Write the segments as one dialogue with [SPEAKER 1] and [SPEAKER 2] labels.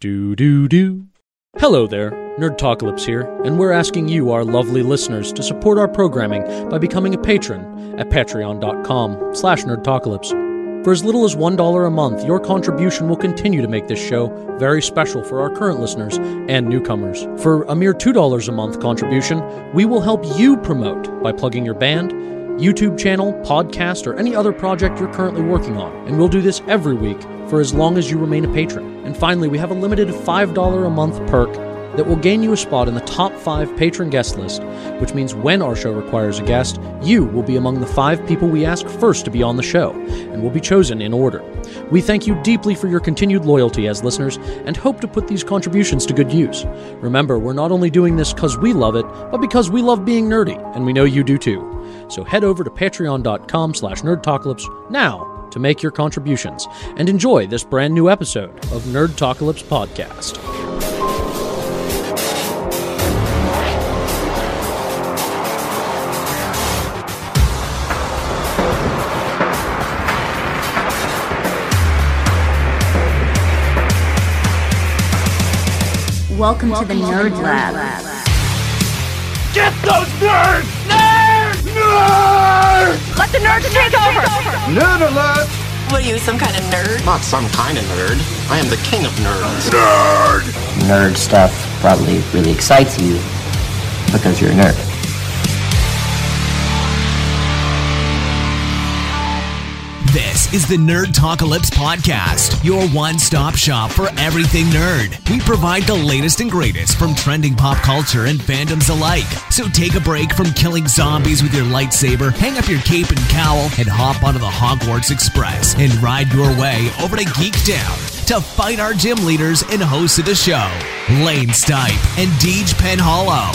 [SPEAKER 1] Do do do. Hello there, Nerd Talkalypse here, and we're asking you, our lovely listeners, to support our programming by becoming a patron at patreon.com slash nerdtalkalypse. For as little as $1 a month, your contribution will continue to make this show very special for our current listeners and newcomers. For a mere $2 a month contribution, we will help you promote by plugging your band, YouTube channel, podcast, or any other project you're currently working on. And we'll do this every week for as long as you remain a patron. And finally, we have a limited $5 a month perk that will gain you a spot in the top five patron guest list, which means when our show requires a guest, you will be among the five people we ask first to be on the show and will be chosen in order. We thank you deeply for your continued loyalty as listeners and hope to put these contributions to good use. Remember, we're not only doing this because we love it, but because we love being nerdy, and we know you do too. So head over to patreon.com slash nerdtalkalypse now to make your contributions and enjoy this brand new episode of Nerd Talkalypse Podcast.
[SPEAKER 2] Welcome, to the Nerd Lab.
[SPEAKER 3] Get those nerds! Nerds! Nerds!
[SPEAKER 4] Let the nerds take over.
[SPEAKER 3] Nerd alert!
[SPEAKER 4] What are you, some kind of nerd?
[SPEAKER 5] Not some kind of nerd. I am the king of nerds.
[SPEAKER 3] Nerd!
[SPEAKER 6] nerd stuff probably really excites you because you're a nerd.
[SPEAKER 7] This is the Nerd Talkalypse podcast, your one-stop shop for everything nerd. We provide the latest and greatest from trending pop culture and fandoms alike. So take a break from killing zombies with your lightsaber, hang up your cape and cowl, and hop onto the Hogwarts Express and ride your way over to Geektown to fight our gym leaders and hosts of the show, Lane Stipe and Deej Penhollow.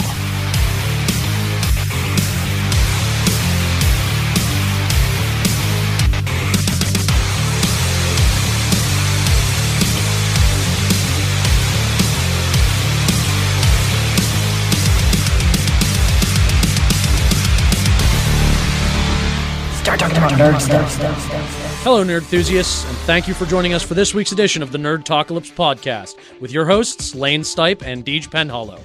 [SPEAKER 1] Hello, nerd enthusiasts, and thank you for joining us for this week's edition of the Nerd Talkalypse podcast with your hosts Lane Stipe and Deej Penhollow.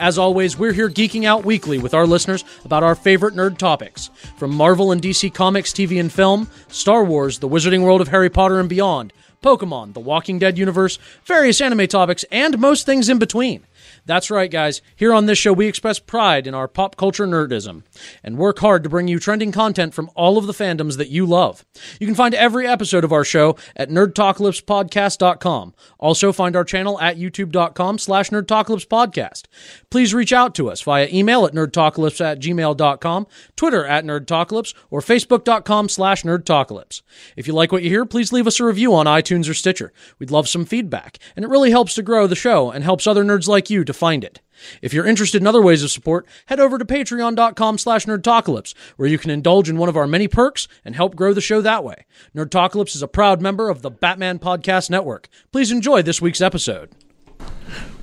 [SPEAKER 1] As always, we're here geeking out weekly with our listeners about our favorite nerd topics, from Marvel and DC Comics, TV and film, Star Wars, the Wizarding World of Harry Potter and beyond, Pokemon, the Walking Dead universe, various anime topics, and most things in between. That's right, guys. Here on this show, we express pride in our pop culture nerdism and work hard to bring you trending content from all of the fandoms that you love. You can find every episode of our show at nerdtalklipspodcast.com. Also find our channel at youtube.com slash nerdtalklipspodcast. Please reach out to us via email at nerdtalklips at gmail.com, Twitter at nerdtalklips, or facebook.com slash nerdtalklips. If you like what you hear, please leave us a review on iTunes or Stitcher. We'd love some feedback, and it really helps to grow the show and helps other nerds like you to find it. If you're interested in other ways of support, head over to patreon.com slash nerdtalkalypse, where you can indulge in one of our many perks and help grow the show that way. Nerdtalkalypse is a proud member of the Batman Podcast Network. Please enjoy this week's episode.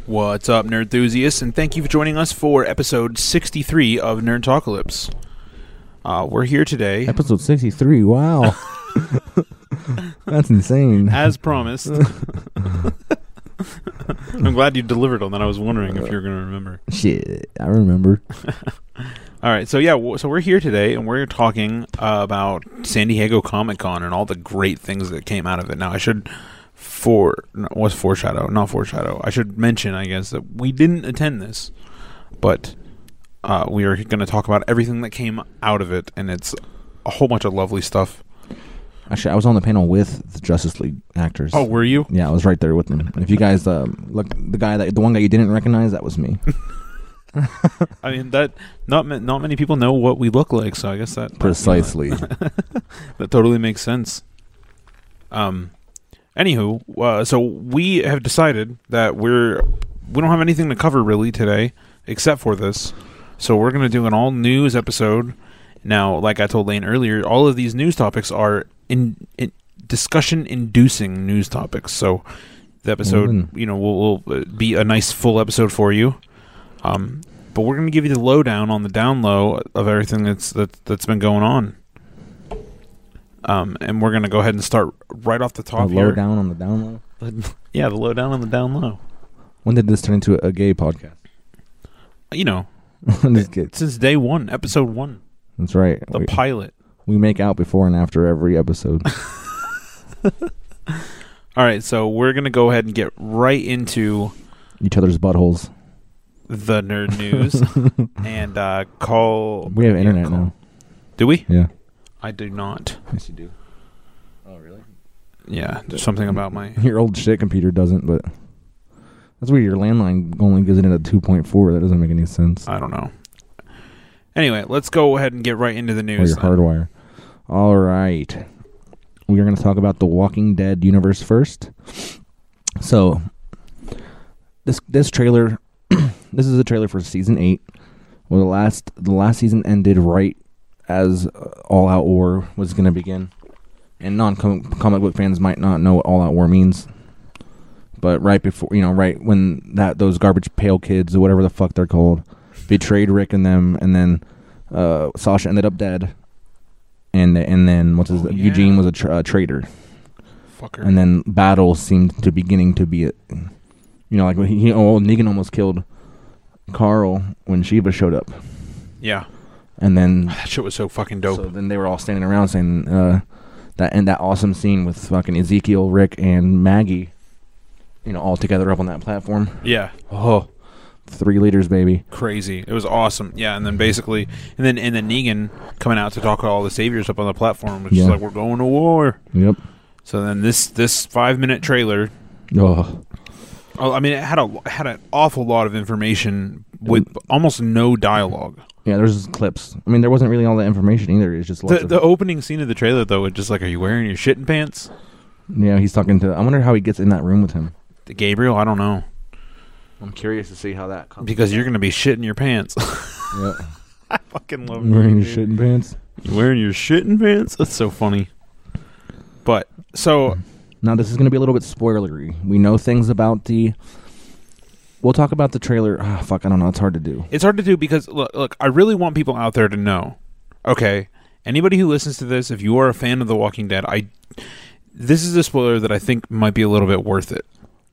[SPEAKER 8] What's up, nerd enthusiasts, and thank you for joining us for episode 63 of Nerd Talkalypse. Uh, we're here today,
[SPEAKER 9] Episode 63. Wow. That's insane.
[SPEAKER 8] as promised. I'm glad you delivered on that. I was wondering if you're going to remember.
[SPEAKER 9] Shit. I remember.
[SPEAKER 8] All right, so yeah, w- so we're here today, and we're talking uh, about San Diego Comic Con and all the great things that came out of it. Now, I should for no, was foreshadow, not foreshadow. I should mention, I guess, that we didn't attend this, but uh, we are going to talk about everything that came out of it, and it's a whole bunch of lovely stuff.
[SPEAKER 9] Actually, I was on the panel with the Justice League actors.
[SPEAKER 8] Oh, were you?
[SPEAKER 9] yeah, I was right there with them. And if you guys um, look, the guy that the one guy you didn't recognize, that was me.
[SPEAKER 8] I mean that not ma- not many people know what we look like, so I guess that
[SPEAKER 9] Precisely.
[SPEAKER 8] that totally makes sense. Um, anywho, uh, so we have decided that we're we don't have anything to cover really today except for this, so we're gonna do an all news episode. Now, like I told Lane earlier, all of these news topics are in, in discussion inducing news topics. So the episode,
[SPEAKER 9] Mm.
[SPEAKER 8] you know, will, will uh, be a nice full episode for you. Um, but we're gonna give you the lowdown on the down low of everything that's that, that's been going on. Um, and we're gonna go ahead and start right off the
[SPEAKER 9] A
[SPEAKER 8] top
[SPEAKER 9] low
[SPEAKER 8] here.
[SPEAKER 9] down on the down low.
[SPEAKER 8] yeah, the lowdown on the down low. When did this turn into a, a gay podcast?
[SPEAKER 3] You know,
[SPEAKER 8] When this gets-
[SPEAKER 3] since day one, episode one,
[SPEAKER 8] That's right.
[SPEAKER 3] the
[SPEAKER 8] we,
[SPEAKER 3] pilot.
[SPEAKER 8] we make out before and after every episode.
[SPEAKER 3] All right, so we're gonna go ahead and get right into
[SPEAKER 8] each other's buttholes.
[SPEAKER 3] the nerd news and uh, call.
[SPEAKER 8] We have
[SPEAKER 3] yeah,
[SPEAKER 8] internet
[SPEAKER 3] call-
[SPEAKER 8] now.
[SPEAKER 3] Do we?
[SPEAKER 8] Yeah.
[SPEAKER 3] I do not.
[SPEAKER 8] Yes, you do. Oh, really?
[SPEAKER 3] Yeah, there's something about my.
[SPEAKER 8] Your old shit computer doesn't, but that's weird. Your landline only gives it a 2.4. That doesn't make any sense.
[SPEAKER 3] I don't know. Anyway, let's go ahead and get right into the
[SPEAKER 8] or
[SPEAKER 3] news.
[SPEAKER 8] your hardwire. All right. We are going to talk about the Walking Dead universe first. So this this trailer this is a trailer for season 8. Well, the last the last season ended right as uh, All Out War was going to begin. And non-comic book fans might not know what All Out War means. But right before, you know, right when that those garbage pail kids or whatever the fuck they're called betrayed Rick and them and then uh, Sasha ended up dead, and and then what's his
[SPEAKER 3] Oh, yeah.
[SPEAKER 8] Eugene was a tra- uh, traitor,
[SPEAKER 3] Fucker.
[SPEAKER 8] and then battle seemed to beginning to be it. You know, like when he, oh, Negan almost killed Carl when Sheba showed up,
[SPEAKER 3] yeah,
[SPEAKER 8] and then
[SPEAKER 3] that shit was so fucking dope.
[SPEAKER 8] so then they were all standing around saying uh, that and that awesome scene with fucking Ezekiel, Rick, and Maggie, you know, all together up on that platform,
[SPEAKER 3] yeah. Oh,
[SPEAKER 8] three leaders, baby.
[SPEAKER 3] crazy. It was awesome. Yeah, and then basically, and then and then Negan coming out to talk to all the saviors up on the platform, which is
[SPEAKER 8] Yeah.
[SPEAKER 3] like we're going to war.
[SPEAKER 8] Yep.
[SPEAKER 3] So then this this five minute trailer.
[SPEAKER 8] Oh,
[SPEAKER 3] oh, I mean, it had a it had an awful lot of information with almost no dialogue.
[SPEAKER 8] yeah. There's clips. I mean, there wasn't really all that information either. It's just lots
[SPEAKER 3] The,
[SPEAKER 8] of-
[SPEAKER 3] the opening scene of the trailer though, was just like, are you wearing your shitting pants,
[SPEAKER 8] Yeah, he's talking to. I wonder how he gets in that room with him.
[SPEAKER 3] Gabriel? I don't know
[SPEAKER 8] I'm curious to see how that comes.
[SPEAKER 3] because you're gonna be shitting your pants.
[SPEAKER 8] Yeah.
[SPEAKER 3] Fucking love
[SPEAKER 8] Wearing
[SPEAKER 3] that,
[SPEAKER 8] your
[SPEAKER 3] dude.
[SPEAKER 8] shitting pants.
[SPEAKER 3] You wearing your shitting pants? That's so funny. But so
[SPEAKER 8] Now this is going to be a little bit spoilery. We know things about the. We'll talk about the trailer. Ah, fuck, I don't know. It's hard to do.
[SPEAKER 3] it's hard to do because look, look, I really want people out there to know. Okay, anybody who listens to this, if you are a fan of The Walking Dead, I this is a spoiler that I think might be a little bit worth it.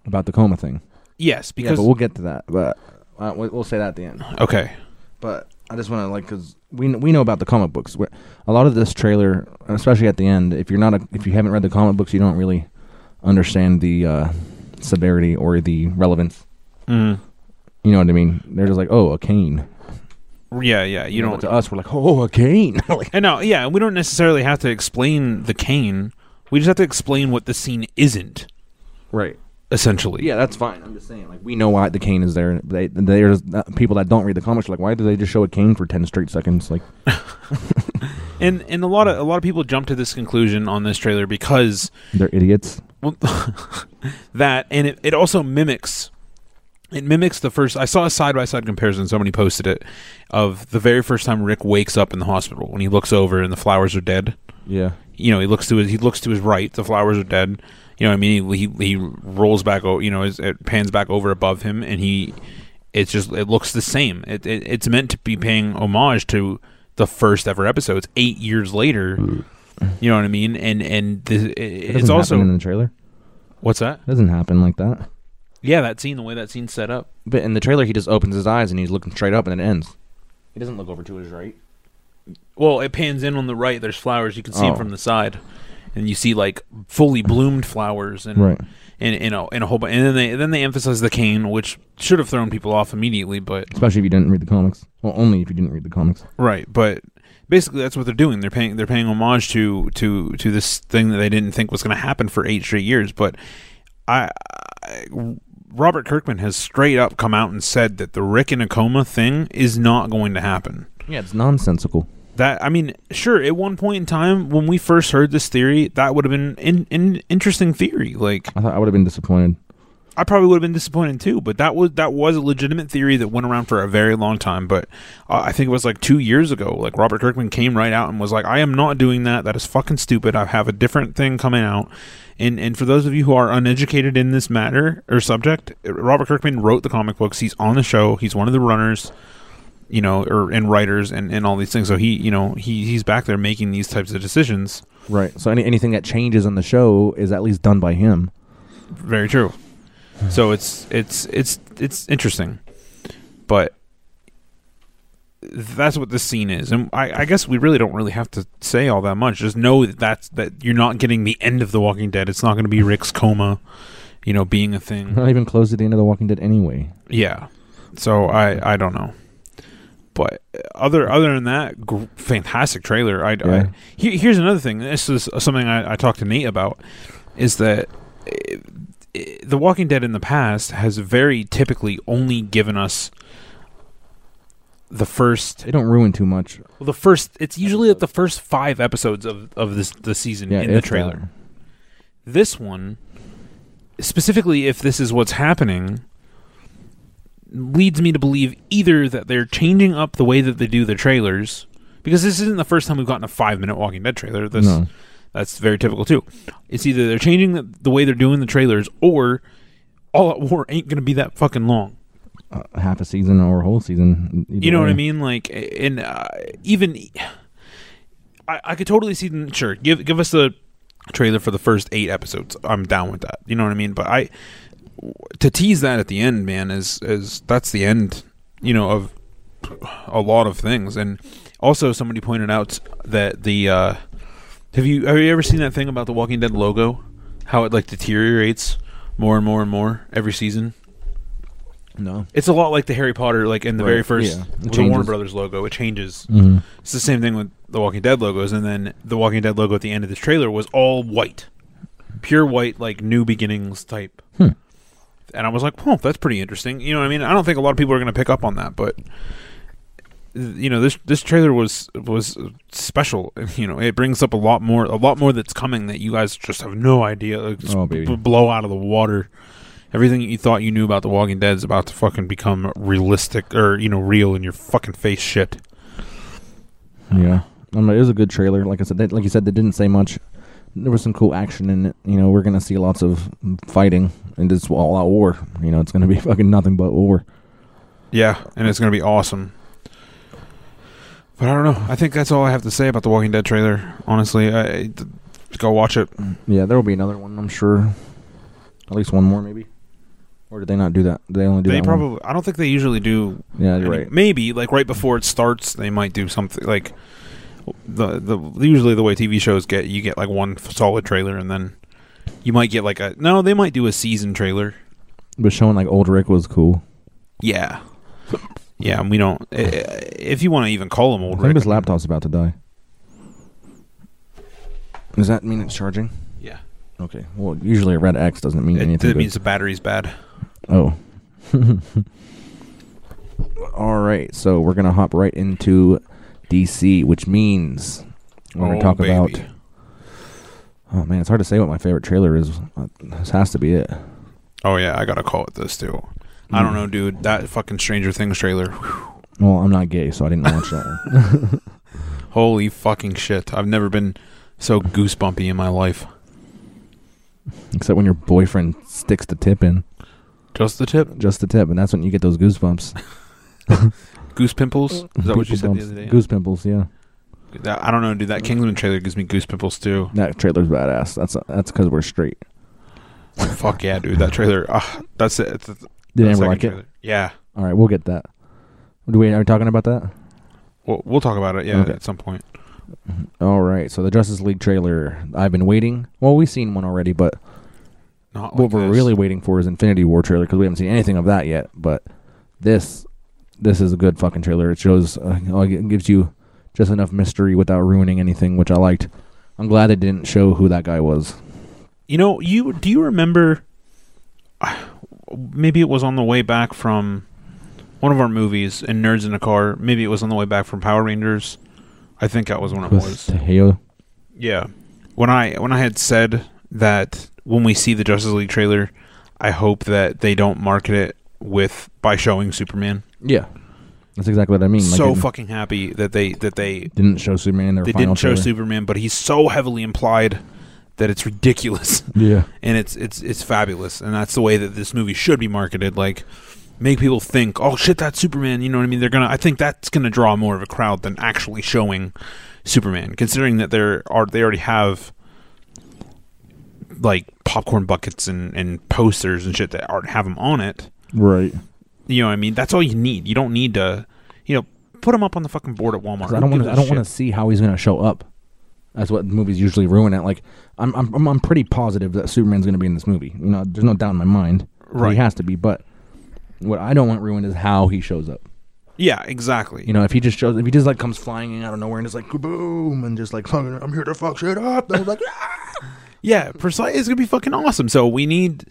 [SPEAKER 8] About the coma thing.
[SPEAKER 3] Yes,
[SPEAKER 8] Yeah,
[SPEAKER 3] because
[SPEAKER 8] but we'll get to that. But uh, we- we'll say that at the end.
[SPEAKER 3] okay,
[SPEAKER 8] But I just want to like because we kn- we know about the comic books. Where a lot of this trailer, especially at the end, if you're not a, if you haven't read the comic books, you don't really understand the uh, severity or the relevance.
[SPEAKER 3] mm.
[SPEAKER 8] You know what I mean? They're just like, oh, a cane.
[SPEAKER 3] yeah, yeah, you
[SPEAKER 8] You know,
[SPEAKER 3] don't.
[SPEAKER 8] to us, we're like, oh, a cane. like,
[SPEAKER 3] And now, yeah, we don't necessarily have to explain the cane. We just have to explain what the scene isn't
[SPEAKER 8] right.
[SPEAKER 3] essentially.
[SPEAKER 8] Yeah, that's fine. I'm just saying, like, we know why the cane is there. They, there's uh, people that don't read the comics. Like, why do they just show a cane for ten straight seconds? Like,
[SPEAKER 3] and and a lot of a lot of people jump to this conclusion on this trailer because
[SPEAKER 8] they're idiots.
[SPEAKER 3] well, that and it, it also mimics it mimics the first i saw a side-by-side comparison somebody posted it of the very first time rick wakes up in the hospital when he looks over and the flowers are dead
[SPEAKER 8] Yeah.
[SPEAKER 3] you know he looks to his he looks to his right the flowers are dead you know what i mean he he, he rolls back o- you know his, it pans back over above him and he it's just it looks the same it, it it's meant to be paying homage to the first ever episode it's eight years later you know what i mean and and the, it,
[SPEAKER 8] It
[SPEAKER 3] it's
[SPEAKER 8] doesn't
[SPEAKER 3] also
[SPEAKER 8] happen in the trailer.
[SPEAKER 3] what's that
[SPEAKER 8] It doesn't happen like that.
[SPEAKER 3] yeah, that scene, the way that scene's set up.
[SPEAKER 8] But in the trailer, he just opens his eyes and he's looking straight up, and it ends. He doesn't look over to his right.
[SPEAKER 3] Well, it pans in on the right. There's flowers. You can see 'em
[SPEAKER 8] Oh.
[SPEAKER 3] from the side, and you see like fully bloomed flowers and
[SPEAKER 8] Right.
[SPEAKER 3] and and a, and a whole bunch. And then they then they emphasize the cane, which should have thrown people off immediately. But
[SPEAKER 8] Especially if you didn't read the comics. Well, only if you didn't read the comics.
[SPEAKER 3] right, but basically that's what they're doing. They're paying they're paying homage to to to this thing that they didn't think was going to happen for eight straight years. But I, I Robert Kirkman has straight up come out and said that the Rick in a coma thing is not going to happen.
[SPEAKER 8] Yeah, it's nonsensical.
[SPEAKER 3] That I mean, sure. At one point in time, when we first heard this theory, that would have been an in, interesting theory. Like
[SPEAKER 8] I thought I would have been disappointed.
[SPEAKER 3] I probably would have been disappointed too. But that was that was a legitimate theory that went around for a very long time. But uh, I think it was like two years ago. Like Robert Kirkman came right out and was like, "I am not doing that. That is fucking stupid. I have a different thing coming out." And and for those of you who are uneducated in this matter or subject, Robert Kirkman wrote the comic books. He's on the show. He's one of the runners you know, or and writers and, and all these things. So he, you know, he he's back there making these types of decisions.
[SPEAKER 8] Right. So any, anything that changes on the show is at least done by him.
[SPEAKER 3] Very true. so it's it's it's it's interesting, but that's what this scene is, and I, I guess we really don't really have to say all that much. Just know that that's that you're not getting the end of The Walking Dead. It's not going to be Rick's coma, you know, being a thing.
[SPEAKER 8] Not even close to the end of The Walking Dead anyway.
[SPEAKER 3] Yeah. So I I don't know, but uh, other other than that, gr- fantastic trailer. I,
[SPEAKER 8] Yeah.
[SPEAKER 3] I he- here's another thing. This is uh, something I, I talked to Nate about. Is that eh, eh, the Walking Dead in the past has very typically only given us the first
[SPEAKER 8] They don't ruin too much.
[SPEAKER 3] well, the first it's usually like the first five episodes of of this the season
[SPEAKER 8] Yeah,
[SPEAKER 3] in the
[SPEAKER 8] if uh, that.
[SPEAKER 3] trailer this one specifically if this is what's happening leads me to believe either that they're changing up the way that they do their trailers because this isn't the first time we've gotten a five minute walking dead trailer this
[SPEAKER 8] No.
[SPEAKER 3] that's very typical too it's either they're changing the, the way they're doing the trailers or all at war ain't gonna be that fucking long
[SPEAKER 8] Uh, half a season or a whole season. either
[SPEAKER 3] you know what I
[SPEAKER 8] way.
[SPEAKER 3] mean? Like, and uh, even I, I could totally see. Them, sure, give give us the trailer for the first eight episodes. I'm down with that. You know what I mean? But I to tease that at the end, man, is is that's the end. You know of a lot of things, and also somebody pointed out that the uh, have you have you ever seen that thing about the Walking Dead logo? How it like deteriorates more and more and more every season.
[SPEAKER 8] No.
[SPEAKER 3] It's a lot like the Harry Potter, like in the
[SPEAKER 8] Right,
[SPEAKER 3] very first
[SPEAKER 8] yeah. It
[SPEAKER 3] with the
[SPEAKER 8] changes. Mm-hmm.
[SPEAKER 3] Warner Brothers logo. It changes. It's the same thing with the Walking Dead logos, and then the Walking Dead logo at the end of this trailer was all white, pure white, like new beginnings type. And I was like, "Oh, that's pretty interesting." You know, what I mean, I don't think a lot of people are going to pick up on that, but you know, this this trailer was was special. You know, it brings up a lot more, a lot more that's coming that you guys just have no idea. It's
[SPEAKER 8] Oh, baby.
[SPEAKER 3] b- blow out of the water. Everything you thought you knew about The Walking Dead is about to fucking become realistic or, you know, real in your fucking face shit.
[SPEAKER 8] Yeah, I mean, it was a good trailer. Like I said, they, like you said, they didn't say much. There was some cool action in it. You know, we're gonna see lots of fighting and it's all out war. You know, it's gonna be fucking nothing but war.
[SPEAKER 3] Yeah, and it's going to be awesome. But I don't know. I think that's all I have to say about The Walking Dead trailer, honestly. I, I- th- go watch it.
[SPEAKER 8] Yeah, there will be another one, I'm sure. At least one more, maybe. Or did they not do that? Did they only do
[SPEAKER 3] They
[SPEAKER 8] that
[SPEAKER 3] probably I don't think they usually do
[SPEAKER 8] One? Yeah, you're
[SPEAKER 3] any-
[SPEAKER 8] right.
[SPEAKER 3] Maybe like right before it starts, they might do something like the the usually the way TV shows get you get like one f- solid trailer and then you might get like a no, they might do a season trailer.
[SPEAKER 8] But showing like old Rick was cool.
[SPEAKER 3] Yeah. Yeah, and we don't. i- i- If you want to even call him old,
[SPEAKER 8] I think
[SPEAKER 3] Rick.
[SPEAKER 8] his laptop's about to die. Does that mean it's charging?
[SPEAKER 3] Yeah,
[SPEAKER 8] Okay. Well, usually a red X doesn't mean
[SPEAKER 3] it,
[SPEAKER 8] anything.
[SPEAKER 3] it
[SPEAKER 8] good.
[SPEAKER 3] means the battery's bad.
[SPEAKER 8] Oh. All right. So we're going to hop right into DC, which means we're going
[SPEAKER 3] Oh,
[SPEAKER 8] to talk
[SPEAKER 3] baby.
[SPEAKER 8] about. Oh, man. It's hard to say what my favorite trailer is. Uh, This has to be it.
[SPEAKER 3] Oh yeah, I gotta call it this too. I
[SPEAKER 8] Mm.
[SPEAKER 3] don't know, dude. That fucking Stranger Things trailer. whew,
[SPEAKER 8] Well, I'm not gay, so I didn't watch that one.
[SPEAKER 3] holy fucking shit! I've never been so goosebumpy in my life.
[SPEAKER 8] Except when your boyfriend sticks the tip in,
[SPEAKER 3] Just the tip.
[SPEAKER 8] just the tip, and that's when you get those goosebumps.
[SPEAKER 3] Goose pimples.
[SPEAKER 8] Mm.
[SPEAKER 3] Is that what you said the
[SPEAKER 8] Goosebumps.
[SPEAKER 3] other day?
[SPEAKER 8] Goose pimples, yeah.
[SPEAKER 3] That- I don't know, dude. That Kingsman trailer gives me goose pimples too.
[SPEAKER 8] That trailer's badass. That's that's because we're straight.
[SPEAKER 3] Fuck yeah, dude. That trailer. ah, that's it. It's- it's-
[SPEAKER 8] Did
[SPEAKER 3] that
[SPEAKER 8] anyone
[SPEAKER 3] second
[SPEAKER 8] like it?
[SPEAKER 3] trailer. Yeah.
[SPEAKER 8] All right, we'll get that. Do we are we talking about that?
[SPEAKER 3] We'll, we'll talk about it. Yeah,
[SPEAKER 8] Okay.
[SPEAKER 3] at some point.
[SPEAKER 8] All right, so the Justice League trailer. I've been waiting. Well, we've seen one already, but
[SPEAKER 3] Not
[SPEAKER 8] what
[SPEAKER 3] like
[SPEAKER 8] we're
[SPEAKER 3] this.
[SPEAKER 8] really waiting for is Infinity War trailer because we haven't seen anything of that yet. But this, this is a good fucking trailer. It shows, uh, you know, it gives you just enough mystery without ruining anything, which I liked. I'm glad they didn't show who that guy was.
[SPEAKER 3] You know, you do you remember? Maybe it was on the way back from one of our movies in Nerds in a Car. Maybe it was on the way back from Power Rangers. I think that was when it
[SPEAKER 8] With
[SPEAKER 3] was.
[SPEAKER 8] Tejeo.
[SPEAKER 3] Yeah. When I when I had said that when we see the Justice League trailer, I hope that they don't market it with by showing Superman.
[SPEAKER 8] Yeah, that's exactly what I mean. Like,
[SPEAKER 3] so
[SPEAKER 8] it
[SPEAKER 3] fucking happy that they that they
[SPEAKER 8] didn't show Superman in their
[SPEAKER 3] they
[SPEAKER 8] final
[SPEAKER 3] didn't show
[SPEAKER 8] trailer.
[SPEAKER 3] Superman, but he's so heavily implied that it's ridiculous.
[SPEAKER 8] Yeah.
[SPEAKER 3] and it's it's it's fabulous, and that's the way that this movie should be marketed. Like, make people think, oh shit, that's Superman. You know what I mean? They're gonna. I think that's gonna draw more of a crowd than actually showing Superman, considering that there are they already have like popcorn buckets and, and posters and shit that aren't have them on it.
[SPEAKER 8] Right.
[SPEAKER 3] You know what I mean? That's all you need. You don't need to, you know, put them up on the fucking board at Walmart.
[SPEAKER 8] I don't
[SPEAKER 3] Who
[SPEAKER 8] want
[SPEAKER 3] gives
[SPEAKER 8] to.
[SPEAKER 3] a
[SPEAKER 8] I don't want
[SPEAKER 3] shit?
[SPEAKER 8] to see how he's going to show up. That's what movies usually ruin it. Like I'm, I'm, I'm- I'm pretty positive that Superman's going to be in this movie. You know, there's no doubt in my mind. that
[SPEAKER 3] Right.
[SPEAKER 8] He has to be. But what I don't want ruined is how he shows up.
[SPEAKER 3] Yeah, exactly.
[SPEAKER 8] You know, if he just shows, if he just like comes flying in out of nowhere and just like boom and just like fucking, I'm here to fuck shit up. And I'm like,
[SPEAKER 3] Yeah, precise. It's gonna be fucking awesome. So we need.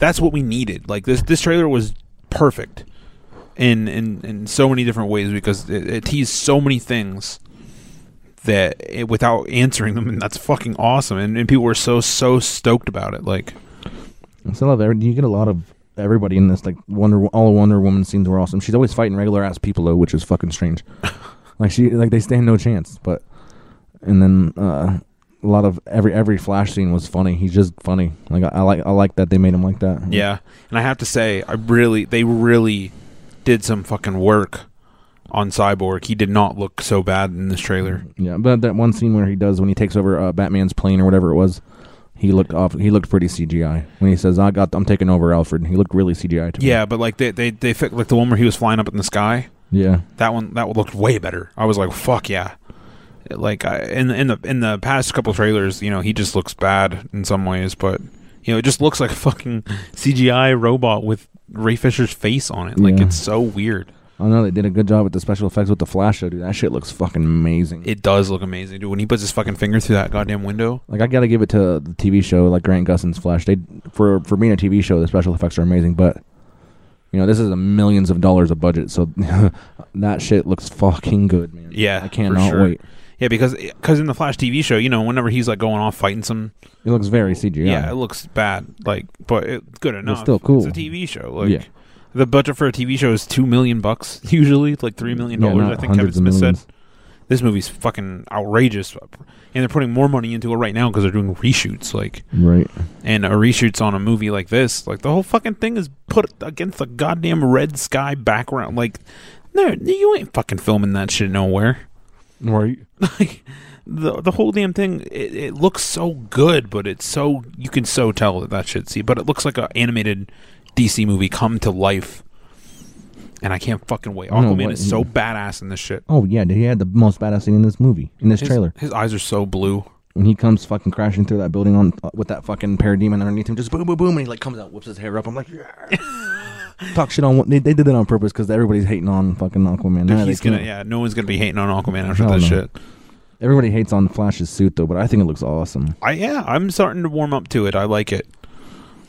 [SPEAKER 3] That's what we needed. Like this, this trailer was perfect in in in so many different ways because it, it teased so many things that it, without answering them, and that's fucking awesome. And, and people were so so stoked about it. Like,
[SPEAKER 8] I still love every, you get a lot of everybody in this like Wonder all Wonder Woman scenes were awesome. She's always fighting regular ass people though, which is fucking strange. like she like they stand no chance. But and then uh, a lot of every every Flash scene was funny. He's just funny. Like I, I like I like that they made him like that.
[SPEAKER 3] yeah. And I have to say, I really they really did some fucking work on Cyborg. He did not look so bad in this trailer.
[SPEAKER 8] yeah. But that one scene where he does when he takes over uh, Batman's plane or whatever it was. He looked off. He looked pretty CGI when he says, "I got. I'm taking over, Alfred." He looked really CGI to me.
[SPEAKER 3] Yeah, but like they they they fi- like the one where he was flying up in the sky.
[SPEAKER 8] yeah.
[SPEAKER 3] that one that one looked way better. I was like, fuck yeah. Like I, in in the in the past couple trailers, you know, he just looks bad in some ways, but you know, it just looks like a fucking CGI robot with Ray Fisher's face on it. Like
[SPEAKER 8] Yeah.
[SPEAKER 3] it's so weird.
[SPEAKER 8] I know they did a good job with the special effects with the Flash though, dude. That shit looks fucking amazing.
[SPEAKER 3] It does look amazing, dude. When he puts his fucking finger through that goddamn window,
[SPEAKER 8] Like I gotta give it to the TV show, like Grant Gustin's Flash. They for for being a TV show, the special effects are amazing, but you know this is a millions of dollars of budget, so that shit looks fucking good, man.
[SPEAKER 3] yeah,
[SPEAKER 8] I
[SPEAKER 3] for
[SPEAKER 8] cannot
[SPEAKER 3] sure.
[SPEAKER 8] wait.
[SPEAKER 3] Yeah, because because in the Flash TV show, you know, whenever he's like going off fighting some,
[SPEAKER 8] It looks very CGI.
[SPEAKER 3] yeah, it looks bad, like, but it, good enough.
[SPEAKER 8] still cool.
[SPEAKER 3] It's a TV show, like.
[SPEAKER 8] Yeah.
[SPEAKER 3] The budget for a TV show is two million bucks usually, it's like three million
[SPEAKER 8] Mm, Yeah,
[SPEAKER 3] dollars.
[SPEAKER 8] not
[SPEAKER 3] I think Kevin
[SPEAKER 8] hundreds of
[SPEAKER 3] Smith said
[SPEAKER 8] millions.
[SPEAKER 3] this movie's fucking outrageous, and they're putting more money into it right now because they're doing reshoots, like,
[SPEAKER 8] right?
[SPEAKER 3] and a reshoots on a movie like this, like the whole fucking thing is put against the goddamn red sky background. Like, no, you ain't fucking filming that shit nowhere.
[SPEAKER 8] Right.
[SPEAKER 3] Like, the the whole damn thing, it, it looks so good, but it's so you can so tell that that shit. See, but it looks like an animated DC movie come to life. And I can't fucking wait.
[SPEAKER 8] I don't know
[SPEAKER 3] Aquaman
[SPEAKER 8] what-
[SPEAKER 3] is so badass in this shit.
[SPEAKER 8] Oh yeah, dude, he had the most badass scene in this movie, in this
[SPEAKER 3] His-
[SPEAKER 8] trailer,
[SPEAKER 3] His eyes are so blue.
[SPEAKER 8] when he comes fucking crashing through that building on uh, with that fucking parademon underneath him, just boom, boom, boom, and he like comes out, whips his hair up. I'm like, yeah. talk shit on. They, they did it on purpose because everybody's hating on fucking Aquaman.
[SPEAKER 3] Dude,
[SPEAKER 8] Nah, they
[SPEAKER 3] he's gonna
[SPEAKER 8] can't.
[SPEAKER 3] yeah, no one's gonna be hating on Aquaman after
[SPEAKER 8] Hell
[SPEAKER 3] this
[SPEAKER 8] no.
[SPEAKER 3] shit.
[SPEAKER 8] Everybody hates on Flash's suit though, but I think it looks awesome.
[SPEAKER 3] I yeah, I'm starting to warm up to it. I like it.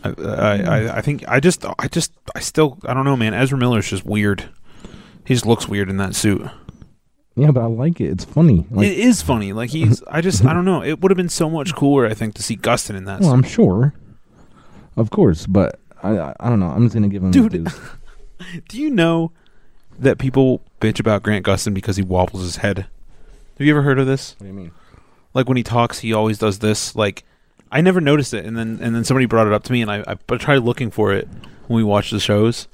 [SPEAKER 3] I I,
[SPEAKER 8] Hmm.
[SPEAKER 3] I, I think I just I just I still I don't know, man. Ezra Miller's just weird. He just looks weird in that suit.
[SPEAKER 8] Yeah, but I like it. It's funny. Like,
[SPEAKER 3] it is funny. Like he's I just I don't know. It would have been so much cooler, I think, to see Gustin in that
[SPEAKER 8] well,
[SPEAKER 3] suit.
[SPEAKER 8] I'm sure, of course, but I, I I don't know. I'm just gonna give him.
[SPEAKER 3] Dude.
[SPEAKER 8] dues.
[SPEAKER 3] Do you know that people bitch about Grant Gustin because he wobbles his head? Have you ever heard of this?
[SPEAKER 8] what do you mean?
[SPEAKER 3] like when he talks he always does this like i never noticed it and then and then somebody brought it up to me and i, I but tried looking for it when we watched the shows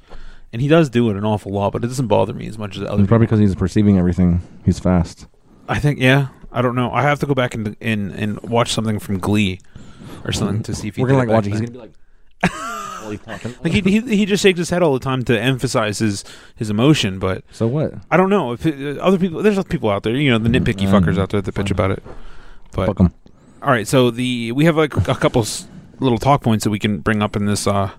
[SPEAKER 3] and he does do it an awful lot but it doesn't bother me as much as other
[SPEAKER 8] It's
[SPEAKER 3] people
[SPEAKER 8] probably because he's perceiving everything. He's fast.
[SPEAKER 3] i think yeah i don't know i have to go back and and, and watch something from glee or something to see if he
[SPEAKER 8] We're gonna
[SPEAKER 3] did
[SPEAKER 8] like watch it.
[SPEAKER 3] back
[SPEAKER 8] He's
[SPEAKER 3] then.
[SPEAKER 8] gonna be like, while he's talking.
[SPEAKER 3] like he, he he just shakes his head all the time to emphasize his his emotion but
[SPEAKER 8] so what?
[SPEAKER 3] i don't know if it, uh, other people there's people out there you know the nitpicky
[SPEAKER 8] Um,
[SPEAKER 3] fuckers out there that bitch about it but
[SPEAKER 8] Fuck him.
[SPEAKER 3] All right, so the we have like a couple s- little talk points that we can bring up in this uh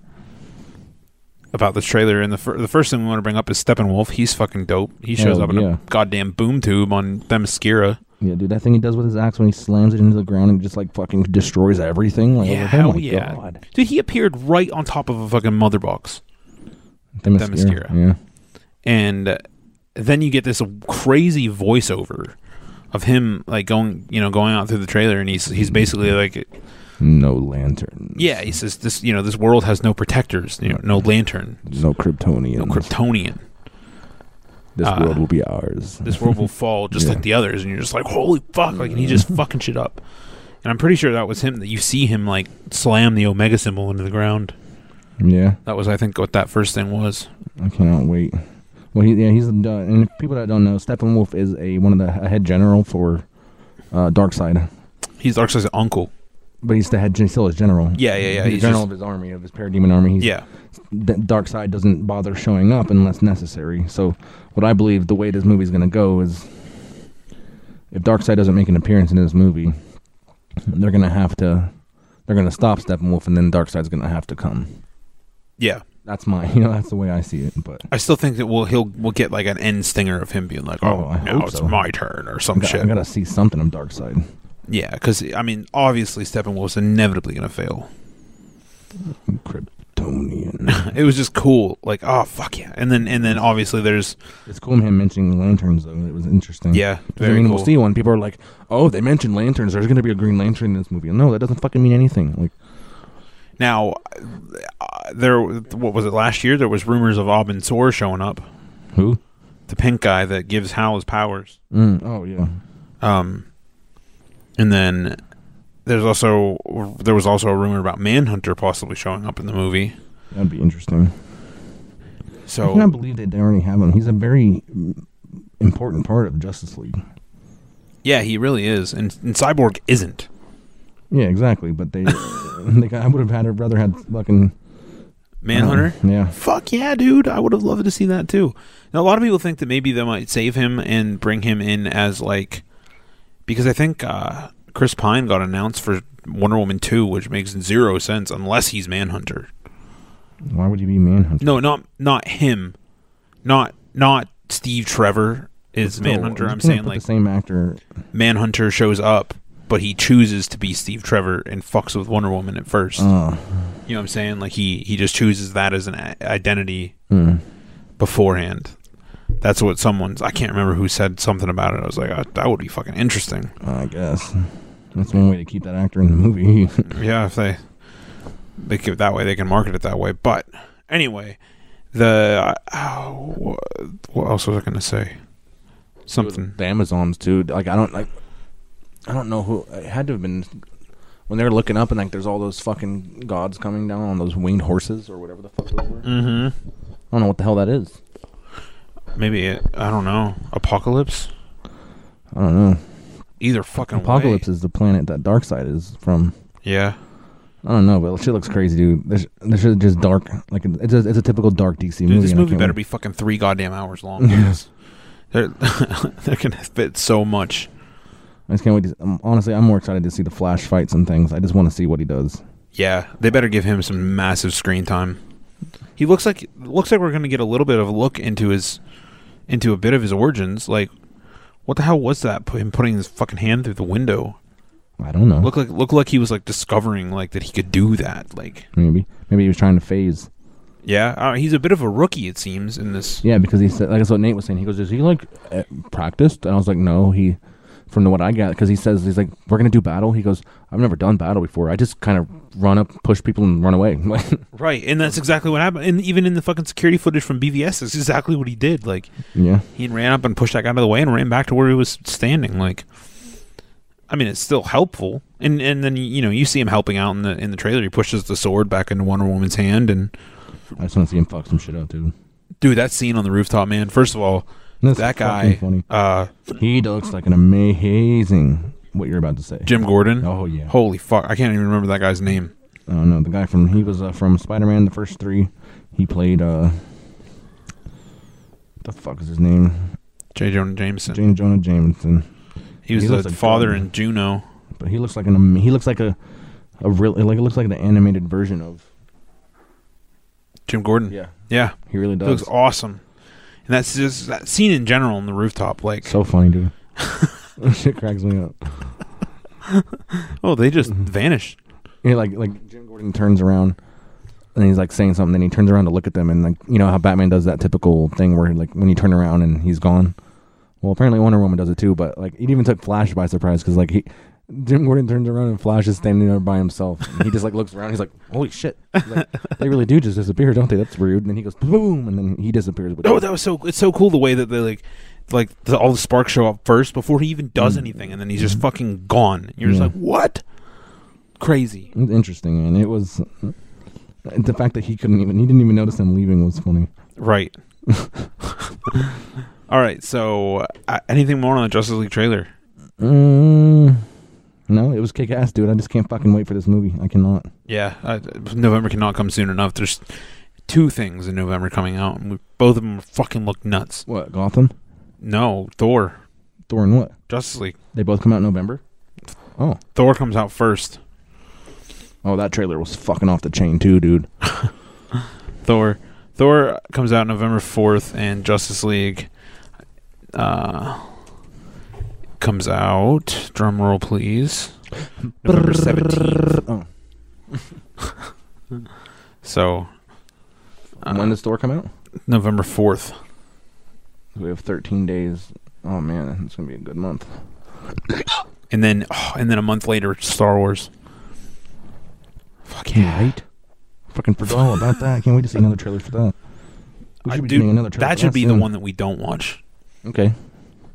[SPEAKER 3] about this trailer. And the fir- the first thing we want to bring up is Steppenwolf. He's fucking dope. He shows
[SPEAKER 8] Hell
[SPEAKER 3] up in
[SPEAKER 8] yeah.
[SPEAKER 3] a goddamn boom tube on Themyscira.
[SPEAKER 8] Yeah, dude, that thing he does with his axe when he slams it into the ground and just like fucking destroys everything. Like, I was like, oh my god,
[SPEAKER 3] dude! He appeared right on top of a fucking mother box,
[SPEAKER 8] Themyscira.
[SPEAKER 3] Themyscira.
[SPEAKER 8] Yeah,
[SPEAKER 3] and uh, then you get this crazy voiceover of him like going, you know, going out through the trailer, and he's he's basically like,
[SPEAKER 8] no lantern.
[SPEAKER 3] yeah, he says this, you know, this world has no protectors, you know, no lantern,
[SPEAKER 8] no Kryptonians.
[SPEAKER 3] no Kryptonian.
[SPEAKER 8] This
[SPEAKER 3] uh,
[SPEAKER 8] world will be ours.
[SPEAKER 3] this world will fall just
[SPEAKER 8] Yeah.
[SPEAKER 3] like the others and you're just like holy fuck like and he just fucking shit up and i'm pretty sure that was him that you see him like slam the omega symbol into the ground
[SPEAKER 8] yeah,
[SPEAKER 3] that was i think what that first thing was
[SPEAKER 8] I cannot wait. Well, he, yeah, he's uh, and if people that don't know, Steppenwolf is a one of the a head general for uh, Darkseid.
[SPEAKER 3] he's darkseid's uncle
[SPEAKER 8] but he's the head. He's still his general.
[SPEAKER 3] Yeah, yeah, yeah,
[SPEAKER 8] He's
[SPEAKER 3] he's
[SPEAKER 8] the general
[SPEAKER 3] just-
[SPEAKER 8] of his army, of his parademon army. He's,
[SPEAKER 3] Yeah.
[SPEAKER 8] The dark side doesn't bother showing up unless necessary. So, what I believe the way this movie's going to go is, if dark side doesn't make an appearance in this movie, they're going to have to, they're going to stop Steppenwolf, and then dark side's going to have to come.
[SPEAKER 3] Yeah.
[SPEAKER 8] That's my, you know, that's the way I see it. But
[SPEAKER 3] I still think that we'll he'll we'll get like an end stinger of him being like,
[SPEAKER 8] Oh,
[SPEAKER 3] oh,
[SPEAKER 8] I
[SPEAKER 3] now
[SPEAKER 8] hope
[SPEAKER 3] it's
[SPEAKER 8] so.
[SPEAKER 3] my turn or
[SPEAKER 8] I
[SPEAKER 3] some
[SPEAKER 8] got,
[SPEAKER 3] shit.
[SPEAKER 8] I got to see something of dark side.
[SPEAKER 3] Yeah, because I mean, obviously Steppenwolf's inevitably gonna fail.
[SPEAKER 8] Kryptonian.
[SPEAKER 3] It was just cool, like oh fuck yeah, and then and then obviously there's
[SPEAKER 8] it's cool him mentioning lanterns though. It was interesting.
[SPEAKER 3] Yeah,
[SPEAKER 8] 'Cause, I
[SPEAKER 3] very
[SPEAKER 8] mean, we'll
[SPEAKER 3] cool.
[SPEAKER 8] see one. People are like, "Oh, they mentioned lanterns. There's going to be a green lantern in this movie." No, that doesn't fucking mean anything. Like,
[SPEAKER 3] now uh, there what was it last year? There was rumors of Aubin Sor showing up,
[SPEAKER 8] who?
[SPEAKER 3] the pink guy that gives Hal his powers.
[SPEAKER 8] Mm, oh yeah.
[SPEAKER 3] Um, and then there's also there was also a rumor about Manhunter possibly showing up in the movie.
[SPEAKER 8] That'd be interesting. I
[SPEAKER 3] So
[SPEAKER 8] cannot believe they already have him. He's a very mm, important part of Justice League.
[SPEAKER 3] yeah, he really is, and, and Cyborg isn't.
[SPEAKER 8] Yeah, exactly. But they, they got, I would have had her brother had fucking um,
[SPEAKER 3] Manhunter.
[SPEAKER 8] Yeah,
[SPEAKER 3] Fuck yeah, dude! I would have loved to see that too. Now a lot of people think that maybe they might save him and bring him in as like because I think uh, Chris Pine got announced for Wonder Woman two, which makes zero sense unless he's Manhunter.
[SPEAKER 8] why would he be Manhunter?
[SPEAKER 3] No, not not him, not not Steve Trevor is
[SPEAKER 8] Still,
[SPEAKER 3] Manhunter.
[SPEAKER 8] you
[SPEAKER 3] I'm
[SPEAKER 8] can't
[SPEAKER 3] saying
[SPEAKER 8] put
[SPEAKER 3] like
[SPEAKER 8] the same actor.
[SPEAKER 3] Manhunter shows up, but he chooses to be Steve Trevor and fucks with Wonder Woman at first.
[SPEAKER 8] Oh.
[SPEAKER 3] You know what I'm saying? Like he he just chooses that as an i- identity
[SPEAKER 8] Mm.
[SPEAKER 3] beforehand. That's what someone's. I can't remember who said something about it. I was like, oh, that would be fucking interesting.
[SPEAKER 8] uh, I guess that's one way to keep that actor in the movie.
[SPEAKER 3] Yeah, if they they give it that way, they can market it that way. But anyway, the oh, wh- what else was I going to say? Something.
[SPEAKER 8] the Amazons too. Like I don't like, I don't know who it had to have been when they were looking up and like there's all those fucking gods coming down on those winged horses or whatever the fuck those were. Mm-hmm. I don't know what the hell that is.
[SPEAKER 3] Maybe it, I don't know. Apocalypse.
[SPEAKER 8] I don't know.
[SPEAKER 3] Either fucking
[SPEAKER 8] Apocalypse
[SPEAKER 3] Way.
[SPEAKER 8] is the planet that Darkseid is from.
[SPEAKER 3] Yeah.
[SPEAKER 8] I don't know, but shit looks crazy, dude. This this shit is just dark. Like it's a, it's a typical dark DC movie.
[SPEAKER 3] Dude, this
[SPEAKER 8] and I
[SPEAKER 3] movie
[SPEAKER 8] can't
[SPEAKER 3] better
[SPEAKER 8] wait-
[SPEAKER 3] be fucking three goddamn hours long. because they're they're gonna fit so much.
[SPEAKER 8] I just can't wait. To, um, honestly, I'm more excited to see the Flash fights and things. I just want to see what he does.
[SPEAKER 3] Yeah, they better give him some massive screen time. He looks like looks like we're gonna get a little bit of a look into his into a bit of his origins. Like, what the hell was that? Put him putting his fucking hand through the window.
[SPEAKER 8] I don't know.
[SPEAKER 3] Look like look like he was like discovering like that he could do that. Like,
[SPEAKER 8] maybe maybe he was trying to phase.
[SPEAKER 3] yeah, uh, he's a bit of a rookie it seems in this.
[SPEAKER 8] Yeah, because he said, like that's what Nate was saying. He goes, "Is he like eh, practiced?" And I was like, "No, he." From the what I got, because he says he's like, "We're gonna do battle." He goes, "I've never done battle before. I just kind of run up, push people, and run away." Like,
[SPEAKER 3] Right, and that's exactly what happened. And even in the fucking security footage from BVS, that's exactly what he did. Like,
[SPEAKER 8] yeah,
[SPEAKER 3] he ran up and pushed that guy out of the way and ran back to where he was standing. Like, I mean, it's still helpful. And and then you know you see him helping out in the in the trailer. He pushes the sword back into Wonder Woman's hand. And
[SPEAKER 8] I just want to see him fuck some shit up, dude.
[SPEAKER 3] dude, that scene on the rooftop, man. First of all,
[SPEAKER 8] That's
[SPEAKER 3] that guy,
[SPEAKER 8] fucking funny.
[SPEAKER 3] uh,
[SPEAKER 8] He looks like an amazing. What you're about to say?
[SPEAKER 3] Jim Gordon.
[SPEAKER 8] Oh, yeah.
[SPEAKER 3] holy fuck! I can't even remember that guy's name.
[SPEAKER 8] I don't know. The guy from he was uh, from Spider-Man, the first three. He played uh, the fuck is his name?
[SPEAKER 3] J. Jonah Jameson.
[SPEAKER 8] James Jonah Jameson.
[SPEAKER 3] he was
[SPEAKER 8] he
[SPEAKER 3] the
[SPEAKER 8] looks like
[SPEAKER 3] father
[SPEAKER 8] Jordan.
[SPEAKER 3] in Juno.
[SPEAKER 8] But he looks like an am- he looks like a a real like it looks like the animated version of
[SPEAKER 3] Jim Gordon.
[SPEAKER 8] Yeah.
[SPEAKER 3] yeah.
[SPEAKER 8] he really
[SPEAKER 3] He
[SPEAKER 8] does.
[SPEAKER 3] looks awesome. And that's just that scene in general on the rooftop. Like,
[SPEAKER 8] so funny, dude. Shit cracks me up.
[SPEAKER 3] oh, they just
[SPEAKER 8] Mm-hmm.
[SPEAKER 3] vanished.
[SPEAKER 8] Yeah, like like Jim Gordon turns around and he's like saying something, and he turns around to look at them, and like you know how Batman does that typical thing where like when you turn around and he's gone. Well, apparently Wonder Woman does it too, but like it even took Flash by surprise because like he. Jim Gordon turns around and Flash is standing there by himself. And he just like looks around. He's like, "Holy shit!" He's like, they really do just disappear, don't they? That's rude. And then he goes boom, and then he disappears. With
[SPEAKER 3] Oh, that was so. It's so cool the way that they like, like the, all the sparks show up first before he even does anything, and then he's just fucking gone. You're just
[SPEAKER 8] Yeah.
[SPEAKER 3] like, what? Crazy.
[SPEAKER 8] It was interesting, and it was the fact that he couldn't even he didn't even notice him leaving was funny.
[SPEAKER 3] Right. all right. So, uh, anything more on the Justice League trailer?
[SPEAKER 8] Mm, No, it was kick ass, dude. I just can't fucking wait for this movie. I cannot.
[SPEAKER 3] Yeah, I, Uh, November cannot come soon enough. There's two things in November coming out, and we, both of them fucking look nuts.
[SPEAKER 8] What Gotham?
[SPEAKER 3] No, Thor,
[SPEAKER 8] Thor and what?
[SPEAKER 3] Justice League.
[SPEAKER 8] They both come out in November. Oh,
[SPEAKER 3] Thor comes out first.
[SPEAKER 8] oh, that trailer was fucking off the chain too, dude.
[SPEAKER 3] Thor, Thor comes out November fourth, and Justice League, uh, comes out. Drum roll, please. November seventeenth.
[SPEAKER 8] Oh,
[SPEAKER 3] So, uh,
[SPEAKER 8] when does Thor come out?
[SPEAKER 3] November fourth.
[SPEAKER 8] We have 13 days. Oh man, it's gonna be a good month.
[SPEAKER 3] and then oh, and then a month later, Star Wars. Fuck yeah!
[SPEAKER 8] Right? Fucking forgot all about that. Can't wait to see another trailer for that. We
[SPEAKER 3] I-
[SPEAKER 8] should be
[SPEAKER 3] Uh, dude,
[SPEAKER 8] doing another trailer.
[SPEAKER 3] that
[SPEAKER 8] for
[SPEAKER 3] should be the
[SPEAKER 8] soon.
[SPEAKER 3] one that we don't watch.
[SPEAKER 8] Okay,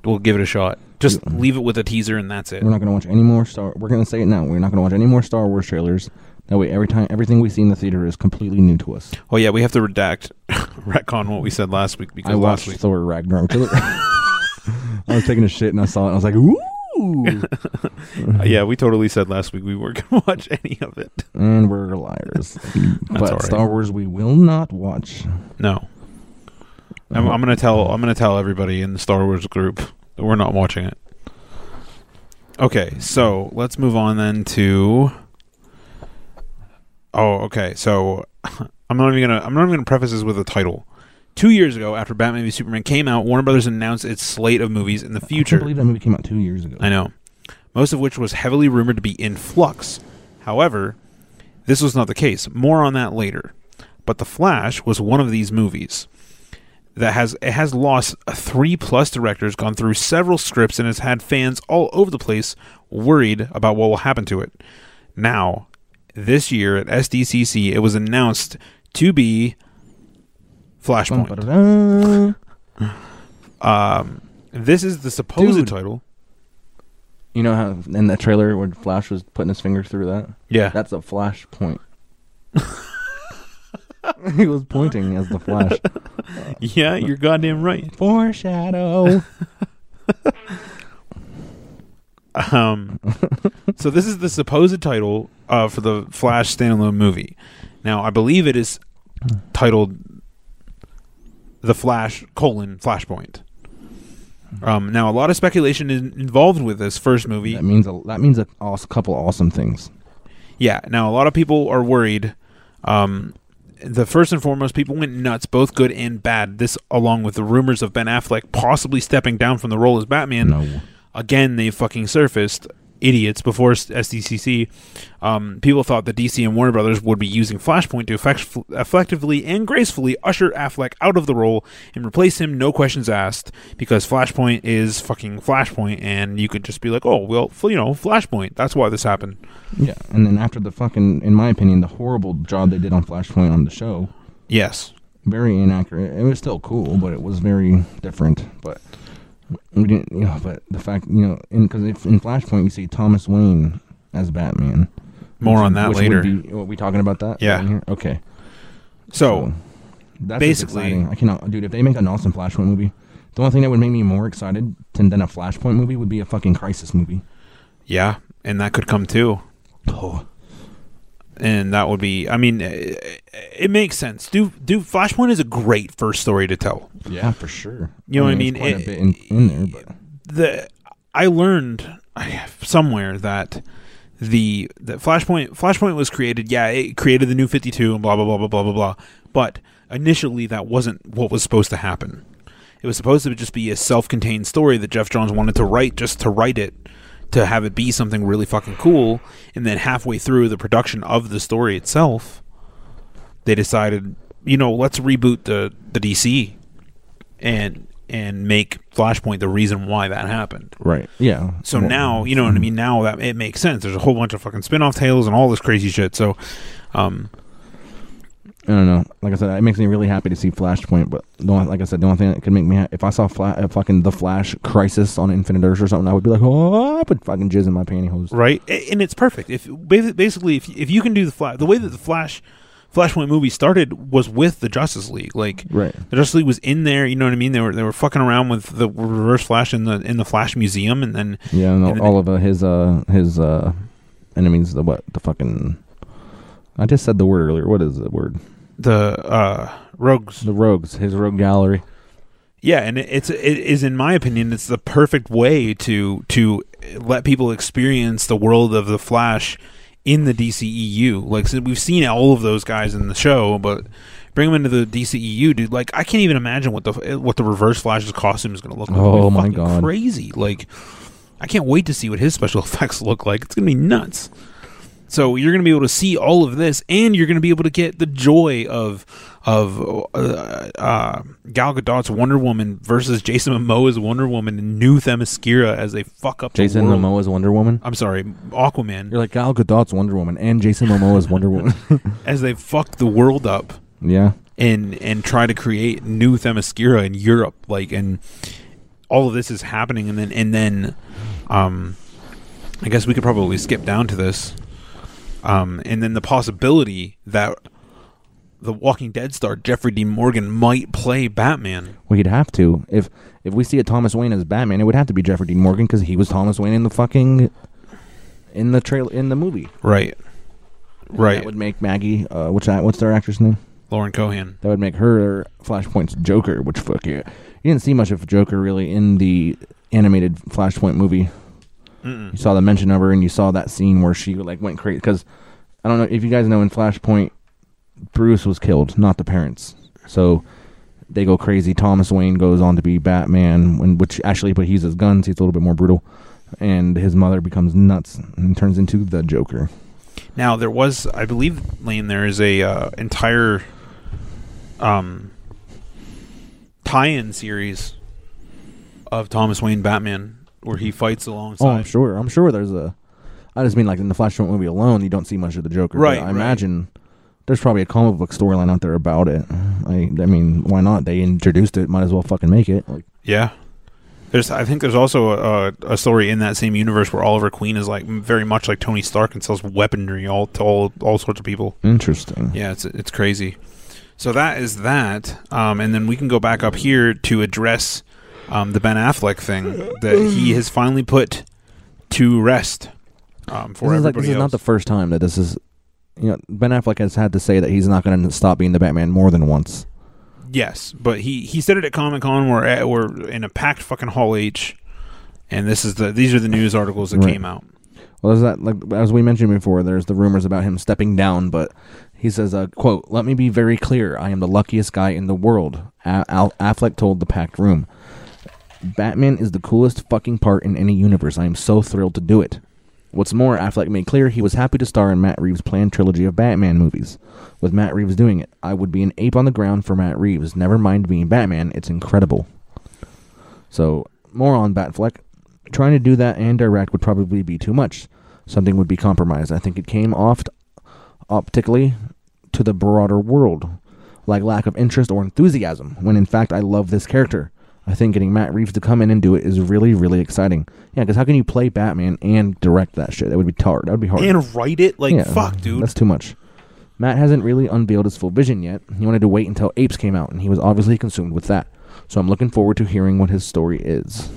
[SPEAKER 3] We'll give it a shot. Just
[SPEAKER 8] Yeah. Mm.
[SPEAKER 3] leave it with a teaser, and that's it.
[SPEAKER 8] we're not gonna watch any more Star. We're gonna say it now. We're not gonna watch any more Star Wars trailers. That way, every time everything we see in the theater is completely new to us.
[SPEAKER 3] oh yeah, we have to redact, retcon what we said last week because
[SPEAKER 8] I
[SPEAKER 3] last
[SPEAKER 8] watched
[SPEAKER 3] week
[SPEAKER 8] Thor Ragnarok. I was taking a shit and I saw it. and I was like, ooh.
[SPEAKER 3] Uh, yeah, we totally said last week we weren't gonna watch any of it.
[SPEAKER 8] and we're liars. but
[SPEAKER 3] all right.
[SPEAKER 8] Star Wars, we will not watch.
[SPEAKER 3] No, I'm, I'm gonna tell I'm gonna tell everybody in the Star Wars group that we're not watching it. Okay, so let's move on then to. Oh, okay. So I'm not even gonna I'm not even gonna preface this with a title. Two years ago, after Batman v Superman came out, Warner Brothers announced its slate of movies in the
[SPEAKER 8] I can't
[SPEAKER 3] future.
[SPEAKER 8] believe that movie came out two years ago.
[SPEAKER 3] I know. Most of which was heavily rumored to be in flux. However, this was not the case. More on that later. But The Flash was one of these movies that has it has lost three plus directors, gone through several scripts, and has had fans all over the place worried about what will happen to it. Now, this year at SDCC, it was announced to be Flashpoint.
[SPEAKER 8] Ba-da-da.
[SPEAKER 3] Um, this is the supposed
[SPEAKER 8] Dude.
[SPEAKER 3] title.
[SPEAKER 8] You know how in that trailer where Flash was putting his finger through that?
[SPEAKER 3] Yeah,
[SPEAKER 8] That's a flash point. he was pointing as the flash.
[SPEAKER 3] yeah, you're goddamn right.
[SPEAKER 8] Foreshadow.
[SPEAKER 3] Um, so this is the supposed title uh, for the Flash standalone movie. Now, I believe it is titled "The Flash: colon Flashpoint." Um, now, a lot of speculation is involved with this first movie.
[SPEAKER 8] that means a that means a aw- couple awesome things.
[SPEAKER 3] Yeah. Now, a lot of people are worried. Um, the first and foremost, people went nuts, both good and bad. This, along with the rumors of Ben Affleck possibly stepping down from the role as Batman,
[SPEAKER 8] No.
[SPEAKER 3] again they fucking surfaced. Idiots before s- SDCC, um, people thought that DC and Warner Brothers would be using Flashpoint to effect- effectively and gracefully usher Affleck out of the role and replace him, no questions asked, because Flashpoint is fucking Flashpoint, and you could just be like, oh, well, f- you know, Flashpoint. That's why this happened.
[SPEAKER 8] Yeah, and then after the fucking, in my opinion, the horrible job they did on Flashpoint on the show,
[SPEAKER 3] Yes,
[SPEAKER 8] very inaccurate. It was still cool, but it was very different. But we didn't, you know. But the fact, you know, because if in Flashpoint you see Thomas Wayne as Batman,
[SPEAKER 3] More
[SPEAKER 8] which-
[SPEAKER 3] on that
[SPEAKER 8] which
[SPEAKER 3] later.
[SPEAKER 8] Would be, are we talking about that?
[SPEAKER 3] Yeah.
[SPEAKER 8] right here? Okay.
[SPEAKER 3] So,
[SPEAKER 8] That's just
[SPEAKER 3] Basically-
[SPEAKER 8] exciting. I cannot, dude. If they make an awesome Flashpoint movie, the only thing that would make me more excited than than a Flashpoint movie would be a fucking Crisis movie.
[SPEAKER 3] yeah, and that could come too.
[SPEAKER 8] Oh,
[SPEAKER 3] And that would be I mean it, it makes sense. Do do Flashpoint is a great first story to tell.
[SPEAKER 8] yeah, for sure.
[SPEAKER 3] You know what I mean?
[SPEAKER 8] there's
[SPEAKER 3] It-
[SPEAKER 8] Quite a bit in, in there, but
[SPEAKER 3] The I learned somewhere that the that Flashpoint Flashpoint was created, yeah, it created the new 52 and blah blah blah blah blah blah blah. But initially that wasn't what was supposed to happen. It was supposed to just be a self-contained story that Jeff Johns wanted to write just to write it to have it be something really fucking cool and then halfway through the production of the story itself they decided, you know, let's reboot the the DC and and make Flashpoint the reason why that happened.
[SPEAKER 8] right, yeah. Mm-hmm.
[SPEAKER 3] So
[SPEAKER 8] Well,
[SPEAKER 3] now, you know what I mean. Now that it makes sense. There's a whole bunch of fucking spin-off tales and all this crazy shit. So, um,
[SPEAKER 8] I don't know. Like I said, it makes me really happy to see Flashpoint, but the only, like I said, the only thing that could make me ha- if I saw fla- uh, fucking the Flash Crisis on Infinite Earth or something, I would be like, oh, I put fucking jizz in my pantyhose.
[SPEAKER 3] right, A- and it's perfect. If ba- basically, if if you can do the flash, the way that the Flash Flashpoint movie started was with the Justice League. Like
[SPEAKER 8] Right.
[SPEAKER 3] the Justice League was in there. You know what I mean? They were they were fucking around with the Reverse Flash in the in the Flash Museum, and then
[SPEAKER 8] Yeah, and
[SPEAKER 3] and then
[SPEAKER 8] all of uh, his uh his uh enemies the what the fucking I just said the word earlier. What is the word?
[SPEAKER 3] the uh, Rogues.
[SPEAKER 8] The rogues, his rogue gallery.
[SPEAKER 3] Yeah, and it, it's it is in my opinion it's the perfect way to to let people experience the world of the Flash in the DCEU. Like so we've seen all of those guys in the show, but bring them into the DCEU, dude. Like I can't even imagine what the what the Reverse Flash's costume is going to look like. It's gonna
[SPEAKER 8] Oh,
[SPEAKER 3] be
[SPEAKER 8] my
[SPEAKER 3] fucking
[SPEAKER 8] God.
[SPEAKER 3] Crazy. Like I can't wait to see what his special effects look like. It's going to be nuts. So you're going to be able to see all of this, and you're going to be able to get the joy of of uh, uh, Gal Gadot's Wonder Woman versus Jason Momoa's Wonder Woman and New Themyscira as they fuck up.
[SPEAKER 8] Jason
[SPEAKER 3] the world.
[SPEAKER 8] Momoa's Wonder Woman.
[SPEAKER 3] I'm sorry, Aquaman.
[SPEAKER 8] You're like Gal Gadot's Wonder Woman and Jason Momoa's Wonder Woman.
[SPEAKER 3] as they fuck the world up
[SPEAKER 8] yeah.
[SPEAKER 3] and and try to create new Themyscira in Europe, like and all of this is happening, and then and then, um, I guess we could probably skip down to this, um, and then the possibility that the Walking Dead star Jeffrey Dean Morgan might play Batman.
[SPEAKER 8] We'd have to if if we see a Thomas Wayne as Batman, it would have to be Jeffrey Dean Morgan because he was Thomas Wayne in the fucking in the trail in the movie.
[SPEAKER 3] Right, right.
[SPEAKER 8] That would make Maggie. Uh, what's that? What's their actress name?
[SPEAKER 3] Lauren Cohan.
[SPEAKER 8] That would make her Flashpoint's Joker. Which fuck you. You didn't see much of Joker really in the animated Flashpoint movie. You saw the mention of her, and you saw that scene where she like went crazy. Because I don't know if you guys know in Flashpoint, Bruce was killed, not the parents. So they go crazy. Thomas Wayne goes on to be Batman, when, which actually, but he uses guns. He's a little bit more brutal, and his mother becomes nuts and turns into the Joker.
[SPEAKER 3] Now there was, I believe, Lane. There is a uh, entire um, tie-in series of Thomas Wayne Batman where he fights alongside.
[SPEAKER 8] Oh, I'm sure. I'm sure there's a. I just mean like in the Flashpoint movie alone, you don't see much of the Joker. but
[SPEAKER 3] Right,
[SPEAKER 8] I
[SPEAKER 3] right.
[SPEAKER 8] imagine there's probably a comic book storyline out there about it. I, I mean, why not? They introduced it. Might as well fucking make it. Like,
[SPEAKER 3] Yeah. There's, I think there's also a, a story in that same universe where Oliver Queen is like very much like Tony Stark and sells weaponry all to all, all sorts of people.
[SPEAKER 8] interesting.
[SPEAKER 3] Yeah, it's it's crazy. So that is that, um, and then we can go back up here to address um, the Ben Affleck thing that he has finally put to rest um, for
[SPEAKER 8] This is, like,
[SPEAKER 3] everybody
[SPEAKER 8] this is
[SPEAKER 3] else.
[SPEAKER 8] not the first time that this is. You know, Ben Affleck has had to say that he's not going to stop being the Batman more than once.
[SPEAKER 3] yes, but he, he said it at Comic Con. We're at, we're in a packed fucking Hall H, and this is the these are the news articles that
[SPEAKER 8] Right.
[SPEAKER 3] came out.
[SPEAKER 8] Well, there's that like as we mentioned before, there's the rumors about him stepping down, but he says, uh, "quote Let me be very clear. I am the luckiest guy in the world." A- Al- Affleck told the packed room, "Batman is the coolest fucking part in any universe. I am so thrilled to do it." What's more, Affleck made clear he was happy to star in Matt Reeves' planned trilogy of Batman movies. With Matt Reeves doing it, I would be an ape on the ground for Matt Reeves. Never mind being Batman; it's incredible. So, more on Batfleck. Trying to do that and direct would probably be too much. Something would be compromised. I think it came off optically to the broader world, like lack of interest or enthusiasm, when in fact I love this character. I think getting Matt Reeves to come in and do it is really, really exciting. Yeah, because how can you play Batman and direct that shit? That would be hard. That would be hard.
[SPEAKER 3] And write it like
[SPEAKER 8] Yeah,
[SPEAKER 3] fuck, dude.
[SPEAKER 8] That's too much. Matt hasn't really unveiled his full vision yet. He wanted to wait until Apes came out, and he was obviously consumed with that. So I'm looking forward to hearing what his story is.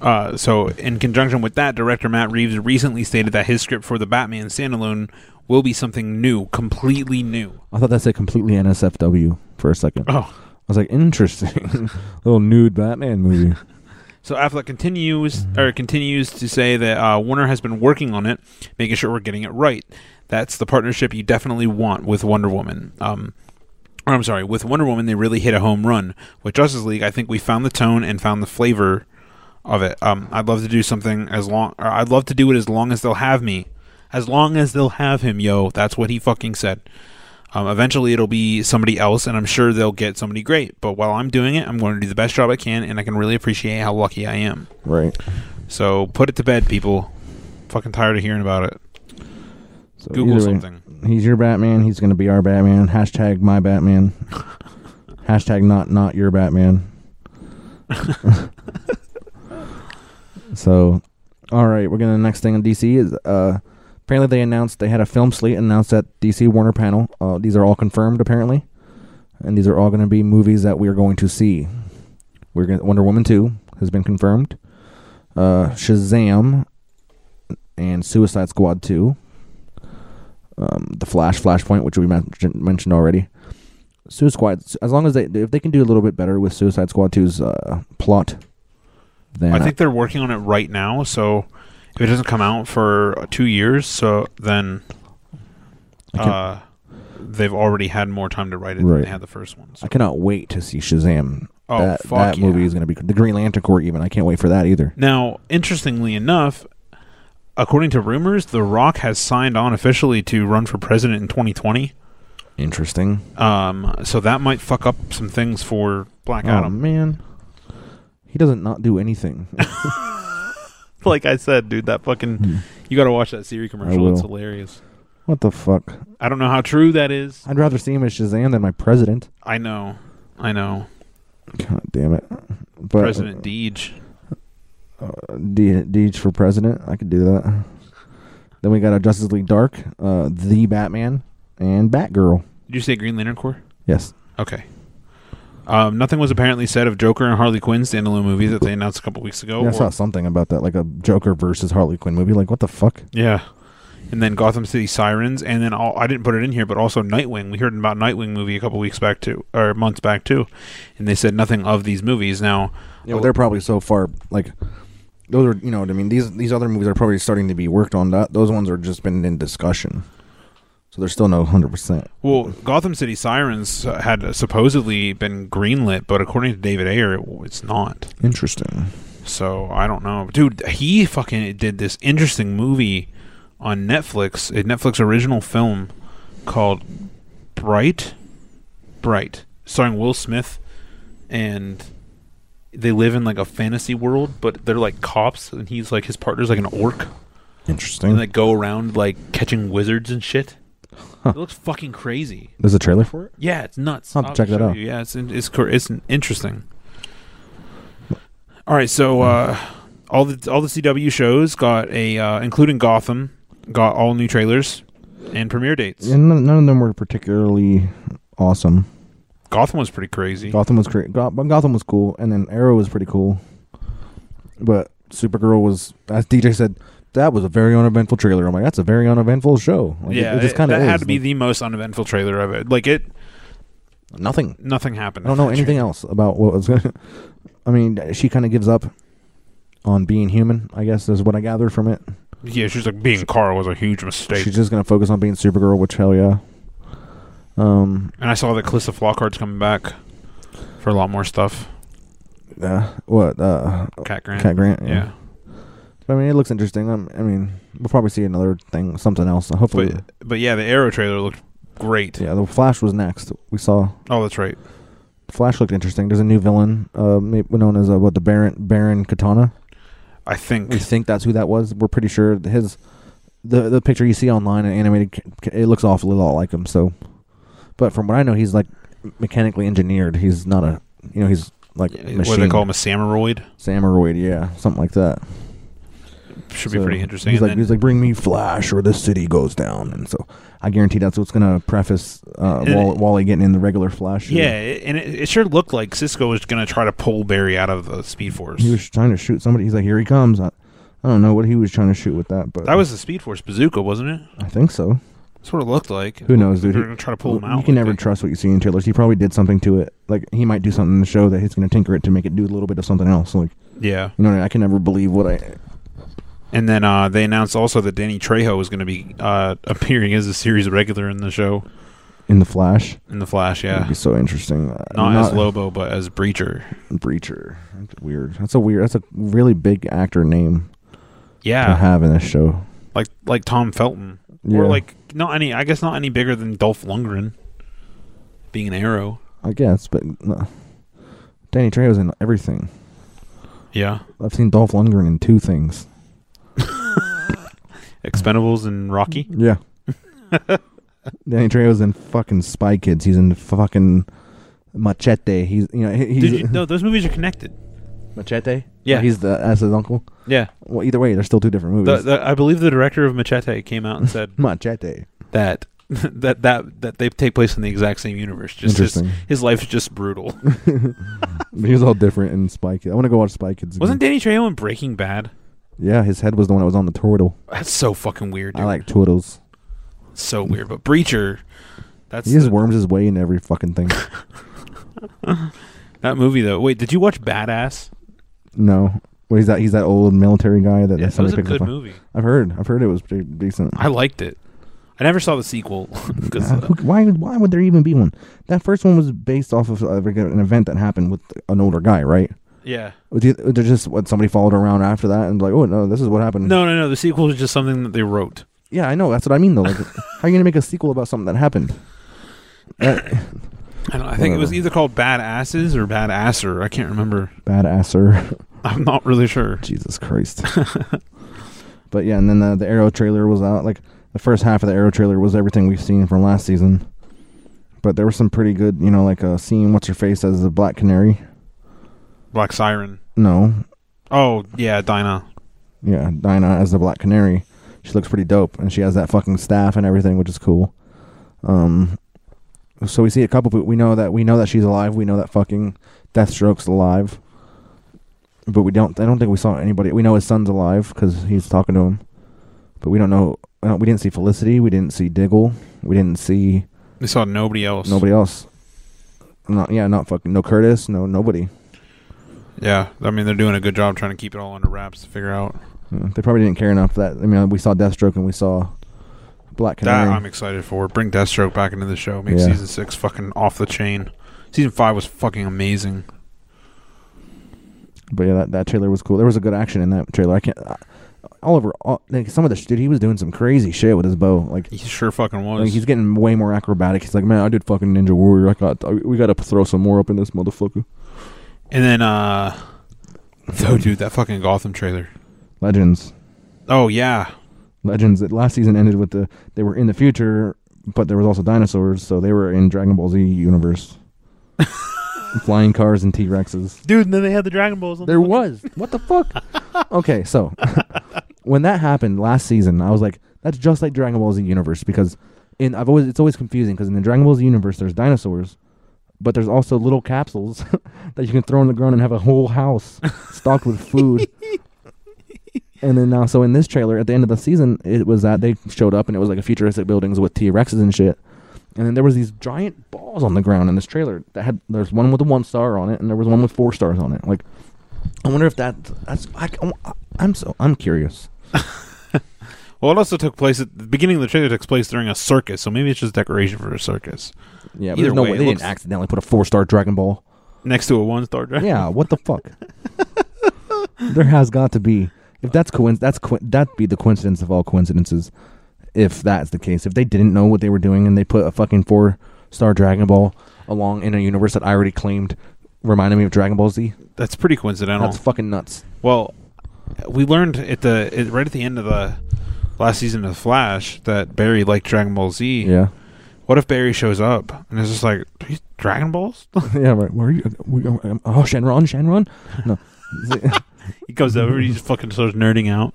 [SPEAKER 3] Uh, so, in conjunction with that, director Matt Reeves recently stated that his script for the Batman standalone will be something new, completely new.
[SPEAKER 8] I thought that said completely NSFW for a second.
[SPEAKER 3] Oh.
[SPEAKER 8] I was like, interesting. Little nude Batman movie.
[SPEAKER 3] So Affleck continues or continues to say that uh, Warner has been working on it, making sure we're getting it right. That's the partnership you definitely want with Wonder Woman. Um, or I'm sorry, with Wonder Woman they really hit a home run. With Justice League, I think we found the tone and found the flavor of it. Um, I'd love to do something as long, or I'd love to do it as long as they'll have me, as long as they'll have him, yo. That's what he fucking said. Um, eventually, it'll be somebody else, and I'm sure they'll get somebody great. But while I'm doing it, I'm going to do the best job I can, and I can really appreciate how lucky I am.
[SPEAKER 8] right.
[SPEAKER 3] So put it to bed, people. Fucking tired of hearing about it.
[SPEAKER 8] So
[SPEAKER 3] Google
[SPEAKER 8] either way,
[SPEAKER 3] something.
[SPEAKER 8] He's your Batman. He's going to be our Batman. Hashtag my Batman. Hashtag not not your Batman. so, all right, we're going to next thing on DC is uh, Apparently, they announced they had a film slate announced at DC Warner panel. Uh, these are all confirmed, apparently, and these are all going to be movies that we are going to see. We're going Wonder Woman two has been confirmed. Uh, Shazam and Suicide Squad two. Um, the Flash, Flashpoint, which we men- mentioned already. Suicide Squad. As long as they, if they can do a little bit better with Suicide Squad 2's uh, plot, then
[SPEAKER 3] I think they're working on it right now. So if it doesn't come out for uh, two years, so then
[SPEAKER 8] can't-
[SPEAKER 3] uh, they've already had more time to write it than
[SPEAKER 8] Right.
[SPEAKER 3] they had the first one. So.
[SPEAKER 8] I cannot wait to see Shazam.
[SPEAKER 3] Oh,
[SPEAKER 8] that,
[SPEAKER 3] fuck
[SPEAKER 8] that movie
[SPEAKER 3] yeah.
[SPEAKER 8] is going to be the Green Lantern Corps. Even I can't wait for that either.
[SPEAKER 3] Now, interestingly enough, according to rumors, The Rock has signed on officially to run for president in 2020.
[SPEAKER 8] Interesting.
[SPEAKER 3] Um, so that might fuck up some things for Black
[SPEAKER 8] Oh
[SPEAKER 3] Adam.
[SPEAKER 8] man, he doesn't not do anything.
[SPEAKER 3] Like I said, dude, that fucking you got to watch that Siri commercial.
[SPEAKER 8] Hmm. will.
[SPEAKER 3] It's hilarious.
[SPEAKER 8] what the fuck?
[SPEAKER 3] I don't know how true that is.
[SPEAKER 8] I'd rather see him as Shazam than my president.
[SPEAKER 3] I know, I know.
[SPEAKER 8] God damn it! But uh,
[SPEAKER 3] President Deej.
[SPEAKER 8] D- Deej for president. I could do that. Then we got a Justice League Dark, uh, the Batman, and Batgirl.
[SPEAKER 3] Did you say Green Lantern Corps?
[SPEAKER 8] Yes.
[SPEAKER 3] Okay. Um, nothing was apparently said of Joker and Harley Quinn standalone movies that they announced a couple weeks ago.
[SPEAKER 8] Yeah, I
[SPEAKER 3] or-
[SPEAKER 8] saw something about that, like a Joker versus Harley Quinn movie. Like, what the fuck?
[SPEAKER 3] Yeah. And then Gotham City Sirens, and then all, I didn't put it in here, but also Nightwing. We heard about Nightwing movie a couple weeks back too, or months back too, and they said nothing of these movies. Now,
[SPEAKER 8] Yeah, but they're probably so far like those are you know what I mean these these other movies are probably starting to be worked on. That those ones are just been in discussion, so there's still no hundred percent.
[SPEAKER 3] well, Gotham City Sirens uh, had supposedly been greenlit, but according to David Ayer, it, it's not.
[SPEAKER 8] Interesting.
[SPEAKER 3] So I don't know, dude. He fucking did this interesting movie on Netflix, a Netflix original film called Bright, Bright, starring Will Smith, and they live in like a fantasy world, but they're like cops, and he's like his partner's like an orc,
[SPEAKER 8] Interesting.
[SPEAKER 3] and they go around like catching wizards and shit. It looks fucking crazy.
[SPEAKER 8] there's a trailer for it.
[SPEAKER 3] Yeah, it's nuts.
[SPEAKER 8] I'll have to check that
[SPEAKER 3] show
[SPEAKER 8] out.
[SPEAKER 3] you. Yeah, it's in- it's cor- it's in- interesting. All right, so uh, all the all the CW shows got a uh, including Gotham got all new trailers and premiere dates.
[SPEAKER 8] And none, none of them were particularly awesome.
[SPEAKER 3] Gotham was pretty crazy.
[SPEAKER 8] Gotham was great. Go- Gotham was cool, and then Arrow was pretty cool. But Supergirl was, as DJ said, that was a very uneventful trailer. I'm like, that's a very uneventful show. Like, it-
[SPEAKER 3] yeah,
[SPEAKER 8] it, just
[SPEAKER 3] it-
[SPEAKER 8] kind of
[SPEAKER 3] that had to be the most uneventful trailer of it. Like it,
[SPEAKER 8] nothing.
[SPEAKER 3] nothing happened.
[SPEAKER 8] I don't know anything else about what was going to. I mean, she kind of gives up on being human, I guess, is what I gathered from it.
[SPEAKER 3] Yeah, she's like being Carl was a huge mistake.
[SPEAKER 8] She's just going to focus on being Supergirl, which, hell yeah. Um,
[SPEAKER 3] and I saw that Calista Flockhart's coming back for a lot more stuff.
[SPEAKER 8] uh, what? Uh,
[SPEAKER 3] Cat Grant.
[SPEAKER 8] Cat Grant?
[SPEAKER 3] Yeah.
[SPEAKER 8] But, I mean, it looks interesting. Um, I mean, we'll probably see another thing, something else. uh, Hopefully.
[SPEAKER 3] But but yeah, the Arrow trailer looked great.
[SPEAKER 8] yeah, The Flash was next. We saw.
[SPEAKER 3] Oh, that's right.
[SPEAKER 8] The Flash looked interesting. There's a new villain, uh, ma- known as uh, what the Baron Baron Katana.
[SPEAKER 3] I think
[SPEAKER 8] We think that's who that was. We're pretty sure his the the picture you see online and animated c- c- it looks awfully a lot like him. So, but from what I know, he's like mechanically engineered. He's not a you know he's like machine
[SPEAKER 3] eh, what do they call him a samuroid?
[SPEAKER 8] samuroid, yeah, something like that.
[SPEAKER 3] Should be
[SPEAKER 8] So
[SPEAKER 3] pretty interesting.
[SPEAKER 8] He's
[SPEAKER 3] And
[SPEAKER 8] like
[SPEAKER 3] then-
[SPEAKER 8] he's like bring me Flash or the city goes down, and so I guarantee that's what's gonna preface uh,
[SPEAKER 3] And-
[SPEAKER 8] Wall- Wally getting in the regular Flash.
[SPEAKER 3] yeah, it- and it, it sure looked like Cisco was going to try to pull Barry out of the Speed Force.
[SPEAKER 8] he was trying to shoot somebody. He's like, here he comes. I, I don't know what he was trying to shoot with that, but
[SPEAKER 3] that was the Speed Force bazooka, wasn't it?
[SPEAKER 8] I think so.
[SPEAKER 3] That's what it looked like.
[SPEAKER 8] Who knows, dude?
[SPEAKER 3] They're going to try to pull him out.
[SPEAKER 8] You can
[SPEAKER 3] like
[SPEAKER 8] never
[SPEAKER 3] they-
[SPEAKER 8] trust what you see in trailers. He probably did something to it. Like he might do something in the show that he's going to tinker it to make it do a little bit of something else. Like
[SPEAKER 3] Yeah,
[SPEAKER 8] you know, what I, mean? I can never believe what I.
[SPEAKER 3] and then uh, they announced also that Danny Trejo was going to be uh, appearing as a series regular in the show
[SPEAKER 8] In the Flash,
[SPEAKER 3] in the Flash.
[SPEAKER 8] it'd
[SPEAKER 3] Yeah,
[SPEAKER 8] be so interesting. Uh,
[SPEAKER 3] not, as Lobo, but as Breacher.
[SPEAKER 8] Breacher. That's weird. That's a weird. That's a really big actor name to
[SPEAKER 3] Yeah,
[SPEAKER 8] have in this show.
[SPEAKER 3] like like Tom Felton, or
[SPEAKER 8] Uh-huh. Yeah.
[SPEAKER 3] like not any. I guess not any bigger than Dolph Lundgren being an Arrow.
[SPEAKER 8] I guess, but uh, Danny Trejo's in everything.
[SPEAKER 3] Yeah,
[SPEAKER 8] I've seen Dolph Lundgren in two things.
[SPEAKER 3] Expendables and Rocky.
[SPEAKER 8] Yeah. Danny Trejo's in fucking Spy Kids. He's in fucking Machete. He's you know he- he's
[SPEAKER 3] Did you, no, those movies are connected.
[SPEAKER 8] Machete.
[SPEAKER 3] Yeah.
[SPEAKER 8] he's the as his uncle.
[SPEAKER 3] Yeah,
[SPEAKER 8] Well, either way, they're still two different
[SPEAKER 3] the,
[SPEAKER 8] movies.
[SPEAKER 3] the, I believe the director of Machete came out and said
[SPEAKER 8] Machete.
[SPEAKER 3] that that that that they take place in the exact same universe. Just his,
[SPEAKER 8] Interesting.
[SPEAKER 3] his life's just brutal.
[SPEAKER 8] He was all different in Spy Kids. I want to go watch Spy Kids. again.
[SPEAKER 3] Wasn't Danny Trejo in Breaking Bad?
[SPEAKER 8] Yeah, his head was the one that was on the turtle.
[SPEAKER 3] That's so fucking weird. Dude.
[SPEAKER 8] I like turtles.
[SPEAKER 3] so weird. But Breacher, that's
[SPEAKER 8] He just
[SPEAKER 3] the-
[SPEAKER 8] worms his way in every fucking thing.
[SPEAKER 3] that movie though. Wait, did you watch Badass?
[SPEAKER 8] no, what is that? He's that old military guy that
[SPEAKER 3] Yeah, that was
[SPEAKER 8] somebody
[SPEAKER 3] a
[SPEAKER 8] picked up
[SPEAKER 3] good
[SPEAKER 8] on.
[SPEAKER 3] movie.
[SPEAKER 8] I've heard. I've heard it was pretty decent.
[SPEAKER 3] I liked it. I never saw the sequel because
[SPEAKER 8] Uh, who, why? Why would there even be one? That first one was based off of uh, like, an event that happened with an older guy, right?
[SPEAKER 3] yeah.
[SPEAKER 8] Was he- They're just what somebody followed around after that and like, oh no, this is what happened.
[SPEAKER 3] No, no, no. The sequel was just something that they wrote.
[SPEAKER 8] Yeah, I know. That's what I mean though. Like, how are you gonna make a sequel about something that happened? Uh, That,
[SPEAKER 3] I, don't, I think it was
[SPEAKER 8] Whatever.
[SPEAKER 3] either called Badasses or Badasser. I can't remember.
[SPEAKER 8] badasser.
[SPEAKER 3] I'm not really sure.
[SPEAKER 8] Jesus Christ. but yeah, and then the, the Arrow trailer was out. Like the first half of the Arrow trailer was everything we've seen from last season. But there was some pretty good, you know, like uh, seeing what's her face as the Black Canary.
[SPEAKER 3] Black Siren.
[SPEAKER 8] No,
[SPEAKER 3] Oh yeah, Dinah.
[SPEAKER 8] yeah, Dinah as the Black Canary. She looks pretty dope, and she has that fucking staff and everything, which is cool. Um, so we see a couple. But we know that we know that she's alive. We know that fucking Deathstroke's alive. But we don't. I don't think we saw anybody. We know his son's alive because he's talking to him. But we don't know. I don't- We didn't see Felicity. We didn't see Diggle. We didn't see
[SPEAKER 3] They saw nobody else.
[SPEAKER 8] nobody else. Not yeah. Not fucking no Curtis. No nobody.
[SPEAKER 3] Yeah, I mean they're doing a good job trying to keep it all under wraps to figure out.
[SPEAKER 8] Yeah, Uh, They probably didn't care enough that I mean we saw Deathstroke and we saw Black Canary.
[SPEAKER 3] That I'm excited for. Bring Deathstroke back into the show. Make
[SPEAKER 8] Yeah.
[SPEAKER 3] season six fucking off the chain. Season five was fucking amazing.
[SPEAKER 8] But yeah, that, that trailer was cool. There was a good action in that trailer. I can't. Uh, Oliver, all, like some of the sh- dude, he was doing some crazy shit with his bow. Like,
[SPEAKER 3] He sure fucking was.
[SPEAKER 8] like he's getting way more acrobatic. He's like, man, I did fucking Ninja Warrior. I got. I, we got to throw some more up in this motherfucker.
[SPEAKER 3] and then uh, oh dude, that fucking Gotham trailer.
[SPEAKER 8] Legends,
[SPEAKER 3] Oh yeah,
[SPEAKER 8] Legends. It, last season ended with the they were in the future, but there was also dinosaurs, so they were in Dragon Ball Z universe. Flying cars and T Rexes.
[SPEAKER 3] dude. And then they had the Dragon Balls. On
[SPEAKER 8] There was. What the fuck? okay, so when that happened last season, I was like, that's just like Dragon Ball Z universe because in I've always it's always confusing because in the Dragon Ball Z universe there's dinosaurs, but there's also little capsules that you can throw on the ground and have a whole house stocked with food. And then now, so in this trailer, at the end of the season, it was that they showed up and it was like a futuristic buildings with T Rexes and shit. And then there was these giant balls on the ground in this trailer that had there's one with a one star on it and there was one with four stars on it. Like, I wonder if that that's I, am so I'm curious.
[SPEAKER 3] well, it also took place at the beginning of the trailer takes place during a circus, so maybe it's just decoration for a circus
[SPEAKER 8] Yeah,
[SPEAKER 3] Either
[SPEAKER 8] there's no
[SPEAKER 3] way,
[SPEAKER 8] way,
[SPEAKER 3] it
[SPEAKER 8] they
[SPEAKER 3] looks-
[SPEAKER 8] didn't accidentally put a four star Dragon Ball.
[SPEAKER 3] next to a one star dragon.
[SPEAKER 8] Yeah, what the fuck? there has got to be if that's coinc that's co- that'd be the coincidence of all coincidences. If that's the case, if they didn't know what they were doing and they put a fucking four star Dragon Ball along in a universe that I already claimed reminded me of Dragon Ball Z,
[SPEAKER 3] that's pretty coincidental.
[SPEAKER 8] that's fucking nuts.
[SPEAKER 3] Well, we learned at the at, right at the end of the last season of Flash that Barry liked Dragon Ball Z.
[SPEAKER 8] Yeah,
[SPEAKER 3] What if Barry shows up and it's just like "These Dragon Balls?
[SPEAKER 8] yeah, right. Where are you? We, um, oh, Shenron, Shenron. No.
[SPEAKER 3] he goes over, he just fucking starts nerding out.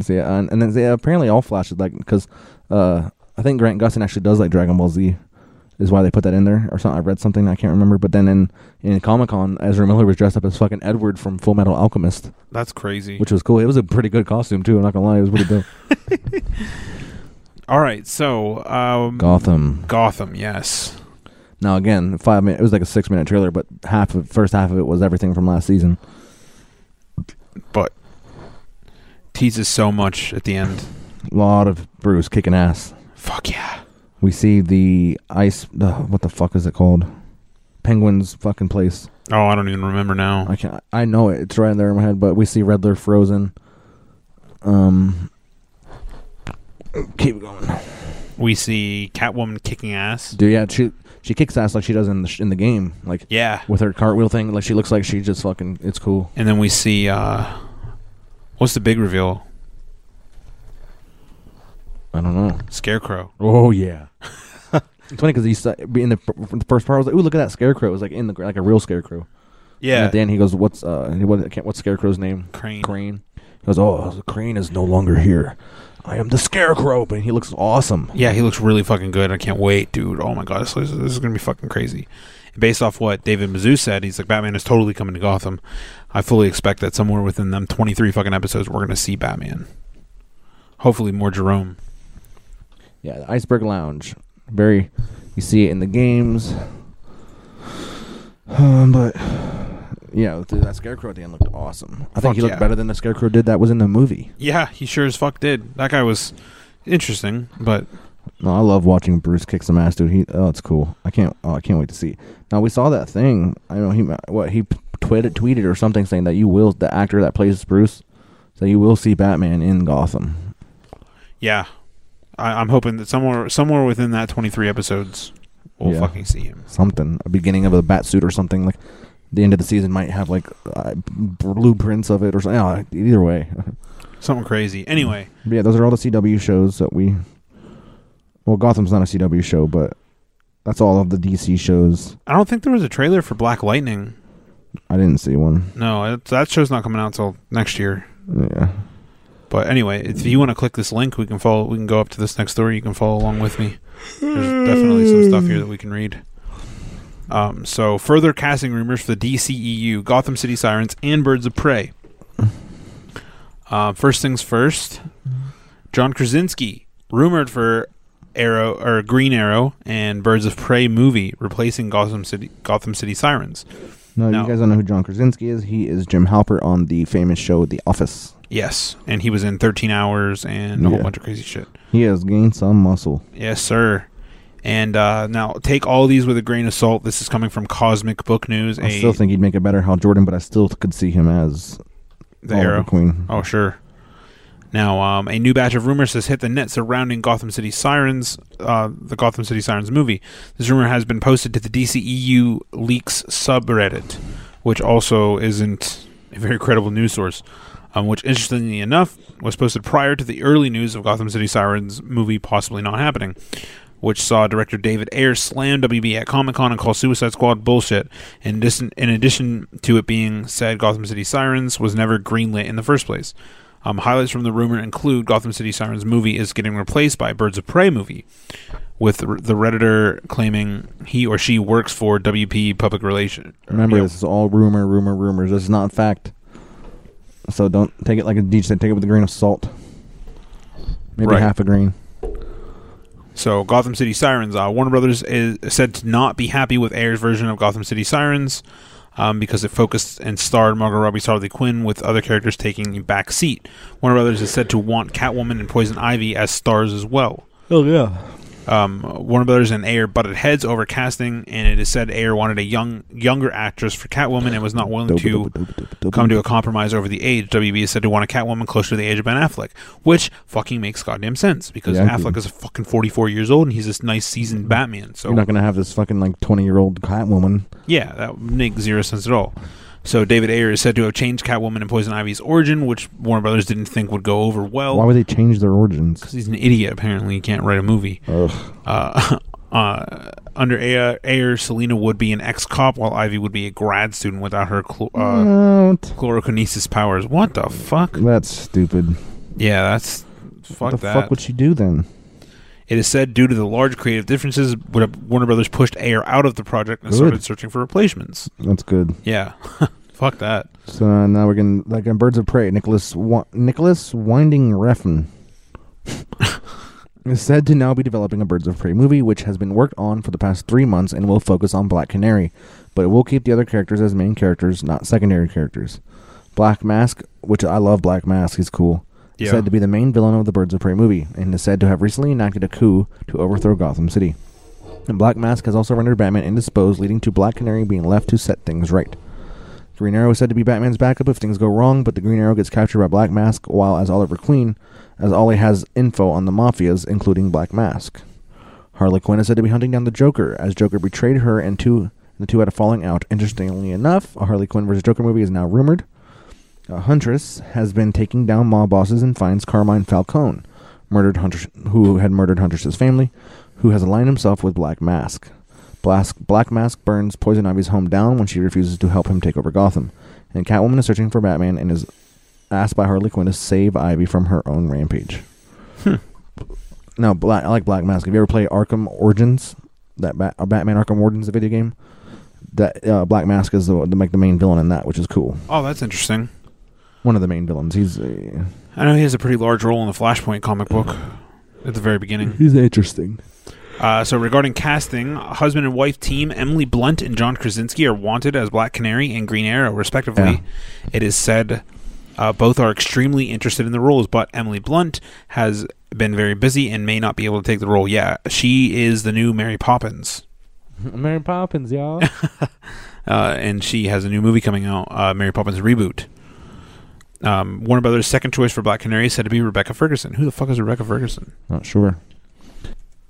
[SPEAKER 8] So, yeah, and, and then yeah, apparently all Flash is like because uh, I think Grant Gustin actually does like Dragon Ball Z, is why they put that in there or something. I read something I can't remember, but then in in Comic Con, Ezra Miller was dressed up as fucking Edward from Full Metal Alchemist,
[SPEAKER 3] That's crazy.
[SPEAKER 8] which was cool. It was a pretty good costume too. I'm not gonna lie, it was pretty dope.
[SPEAKER 3] All right, so um,
[SPEAKER 8] Gotham.
[SPEAKER 3] Gotham, yes.
[SPEAKER 8] Now again, five minute. It was like a six minute trailer, but half of first half of it was everything from last season.
[SPEAKER 3] But teases so much at the end.
[SPEAKER 8] A lot of Bruce kicking ass.
[SPEAKER 3] Fuck yeah.
[SPEAKER 8] We see the ice. Uh, what the fuck is it called? Penguin's fucking place.
[SPEAKER 3] Oh, I don't even remember now.
[SPEAKER 8] I can I know it. It's right there in my head. But we see Redler frozen. Um, keep going.
[SPEAKER 3] we see Catwoman kicking ass.
[SPEAKER 8] Dude, yeah, she she kicks ass like she does in the sh- in the game, like
[SPEAKER 3] Yeah.
[SPEAKER 8] with her cartwheel thing. Like she looks like she just fucking. It's cool.
[SPEAKER 3] And then we see uh what's the big reveal?
[SPEAKER 8] I don't know.
[SPEAKER 3] Scarecrow.
[SPEAKER 8] Oh yeah. it's funny because in the, fir- the first part I was like, "Ooh, look at that scarecrow!" It was like in the gr- like a real scarecrow. And
[SPEAKER 3] Yeah.
[SPEAKER 8] at the end, he goes, "What's uh, what, I can't- what's Scarecrow's name?
[SPEAKER 3] Crane.
[SPEAKER 8] Crane." He goes, "Oh, Crane is no longer here. I am the Scarecrow," and he looks awesome.
[SPEAKER 3] Yeah, he looks really fucking good. I can't wait, dude. Oh my god, this, this is gonna be fucking crazy. Based off what David Mizzou said, he's like Batman is totally coming to Gotham. I fully expect that somewhere within them twenty three fucking episodes, we're gonna see Batman. Hopefully, more Jerome.
[SPEAKER 8] Yeah, the Iceberg Lounge. Very, you see it in the games. Um, but yeah, dude, that Scarecrow at the end looked awesome. I
[SPEAKER 3] Fuck
[SPEAKER 8] think he looked
[SPEAKER 3] yeah.
[SPEAKER 8] better than the Scarecrow did that was in the movie.
[SPEAKER 3] Yeah, he sure as fuck did. That guy was interesting, but
[SPEAKER 8] No, I love watching Bruce kick some ass, dude. He, oh, it's cool. I can't, oh, I can't wait to see. it. Now we saw that thing. I know he, what he p- tweeted, tweeted or something saying that you will the actor that plays Bruce, so you will see Batman in Gotham.
[SPEAKER 3] yeah, I, I'm hoping that somewhere somewhere within that twenty three episodes, we'll
[SPEAKER 8] Yeah.
[SPEAKER 3] fucking see him.
[SPEAKER 8] Something, a beginning of a bat suit or something like. The end of the season might have like uh, blueprints of it or something. Oh, either way,
[SPEAKER 3] Something crazy. Anyway,
[SPEAKER 8] But yeah, those are all the CW shows that we. Well, Gotham's not a CW show, but that's all of the DC shows.
[SPEAKER 3] I don't think there was a trailer for Black Lightning.
[SPEAKER 8] I didn't see one.
[SPEAKER 3] No, it, that show's not coming out till next year.
[SPEAKER 8] Yeah.
[SPEAKER 3] But anyway, if you want to click this link, we can follow. We can go up to this next story. You can follow along with me. There's definitely some stuff here that we can read. Um, so, further casting rumors for the DCEU, Gotham City Sirens, and Birds of Prey. Uh, first things first, John Krasinski rumored for Arrow or Green Arrow and Birds of Prey movie replacing Gotham City Gotham City Sirens.
[SPEAKER 8] No,
[SPEAKER 3] No.
[SPEAKER 8] you guys don't know who John Krasinski is. He is Jim Halpert on the famous show The Office.
[SPEAKER 3] Yes, and he was in 13 Hours and a whole
[SPEAKER 8] Yeah.
[SPEAKER 3] bunch of crazy shit.
[SPEAKER 8] He has gained some muscle.
[SPEAKER 3] Yes, sir. And uh, now take all these with a grain of salt. This is coming from Cosmic Book News,
[SPEAKER 8] I
[SPEAKER 3] a
[SPEAKER 8] still think he'd make a better Hal Jordan, but I still could see him as
[SPEAKER 3] the
[SPEAKER 8] Oliver
[SPEAKER 3] Arrow
[SPEAKER 8] Queen.
[SPEAKER 3] Oh, sure. Now, um, a new batch of rumors has hit the net surrounding Gotham City Sirens, uh, the Gotham City Sirens movie. This rumor has been posted to the DCEU leaks subreddit, which also isn't a very credible news source. Um, which, interestingly enough, was posted prior to the early news of Gotham City Sirens movie possibly not happening, which saw director David Ayer slam WB at Comic Con and call Suicide Squad bullshit. In addition, in addition to it being said, Gotham City Sirens was never greenlit in the first place. Um, highlights from the rumor include Gotham City Sirens movie is getting replaced by Birds of Prey movie, with the the redditor claiming he or she works for WP Public Relations.
[SPEAKER 8] Remember, this is all rumor, rumor, rumors. This is not fact. So don't take it like a DJ said. Take it with a grain of salt. Maybe
[SPEAKER 3] Right.
[SPEAKER 8] half a grain.
[SPEAKER 3] So, Gotham City Sirens. Uh, Warner Brothers is said to not be happy with Ayer's version of Gotham City Sirens um, because it focused and starred Margot Robbie's Harley Quinn, with other characters taking a back seat. Warner Brothers is said to want Catwoman and Poison Ivy as stars as well.
[SPEAKER 8] Oh yeah.
[SPEAKER 3] Um, Warner Brothers and Ayer butted heads over casting, and it is said Ayer wanted a young, younger actress for Catwoman and was not willing to come to a compromise over the age. WB is said to want a Catwoman closer to the age of Ben Affleck, which fucking makes goddamn sense because
[SPEAKER 8] Yeah, I
[SPEAKER 3] Affleck
[SPEAKER 8] do.
[SPEAKER 3] is fucking 44 years old and he's this nice seasoned Batman. So
[SPEAKER 8] Mm-hmm. You're not gonna have this fucking like twenty year old Catwoman.
[SPEAKER 3] yeah, that would make zero sense at all. So David Ayer is said to have changed Catwoman and Poison Ivy's origin, which Warner Brothers didn't think would go over well.
[SPEAKER 8] Why would they change their origins?
[SPEAKER 3] He's an idiot. Apparently, he can't write a movie. Uh, uh, under Ayer, Ayer, Selena would be an ex-cop, while Ivy would be a grad student without her clo-
[SPEAKER 8] Mm.
[SPEAKER 3] uh,
[SPEAKER 8] What?
[SPEAKER 3] chlorokinesis powers. What the fuck?
[SPEAKER 8] That's stupid.
[SPEAKER 3] Yeah, that's fuck
[SPEAKER 8] Mm. What the
[SPEAKER 3] that.
[SPEAKER 8] fuck would she do then?
[SPEAKER 3] it is said due to the large creative differences, Warner Brothers pushed Ayer out of the project and
[SPEAKER 8] Good.
[SPEAKER 3] started searching for replacements.
[SPEAKER 8] That's good.
[SPEAKER 3] Yeah, fuck that.
[SPEAKER 8] So uh, now we're getting like in Birds of Prey. Nicholas Wa- Nicholas Winding Refn is said to now be developing a Birds of Prey movie, which has been worked on for the past three months and will focus on Black Canary, but it will keep the other characters as main characters, not secondary characters. Black Mask, which I love, Black Mask, he's cool. is
[SPEAKER 3] Yeah.
[SPEAKER 8] Said to be the main villain of the Birds of Prey movie, and is said to have recently enacted a coup to overthrow Gotham City. And Black Mask has also rendered Batman indisposed, leading to Black Canary being left to set things right. Green Arrow is said to be Batman's backup if things go wrong, but the Green Arrow gets captured by Black Mask while as Oliver Queen, as Ollie has info on the mafias, including Black Mask. Harley Quinn is said to be hunting down the Joker, as Joker betrayed her and two the two had a falling out. Interestingly enough, a Harley Quinn vs. Joker movie is now rumored. Uh, Huntress has been taking down mob bosses and finds Carmine Falcone, murdered Huntress, who had murdered Huntress's family, who has aligned himself with Black Mask. Black, Black Mask burns Poison Ivy's home down when she refuses to help him take over Gotham. And Catwoman is searching for Batman and is asked by Harley Quinn to save Ivy from her own rampage. Hmm. No, Black, I like Black Mask. Have you ever played Arkham Origins? That Bat, uh, Batman Arkham Origins, the video game. That uh, Black Mask is the, the like the main villain in that, which is cool.
[SPEAKER 3] Oh, that's interesting.
[SPEAKER 8] One of the main villains. He's uh,
[SPEAKER 3] I know he has a pretty large role in the Flashpoint comic book at the very beginning.
[SPEAKER 8] he's interesting.
[SPEAKER 3] Uh, so regarding casting, husband and wife team Emily Blunt and John Krasinski are wanted as Black Canary and Green Arrow, respectively.
[SPEAKER 8] Yeah.
[SPEAKER 3] It is said uh, both are extremely interested in the roles, but Emily Blunt has been very busy and may not be able to take the role. Yeah, she is the new Mary Poppins,
[SPEAKER 8] Mary Poppins, y'all.
[SPEAKER 3] uh, and she has a new movie coming out, uh, Mary Poppins reboot. Um, Warner Brothers' second choice for Black Canary is said to be Rebecca Ferguson. Who the fuck is Rebecca Ferguson?
[SPEAKER 8] Not sure.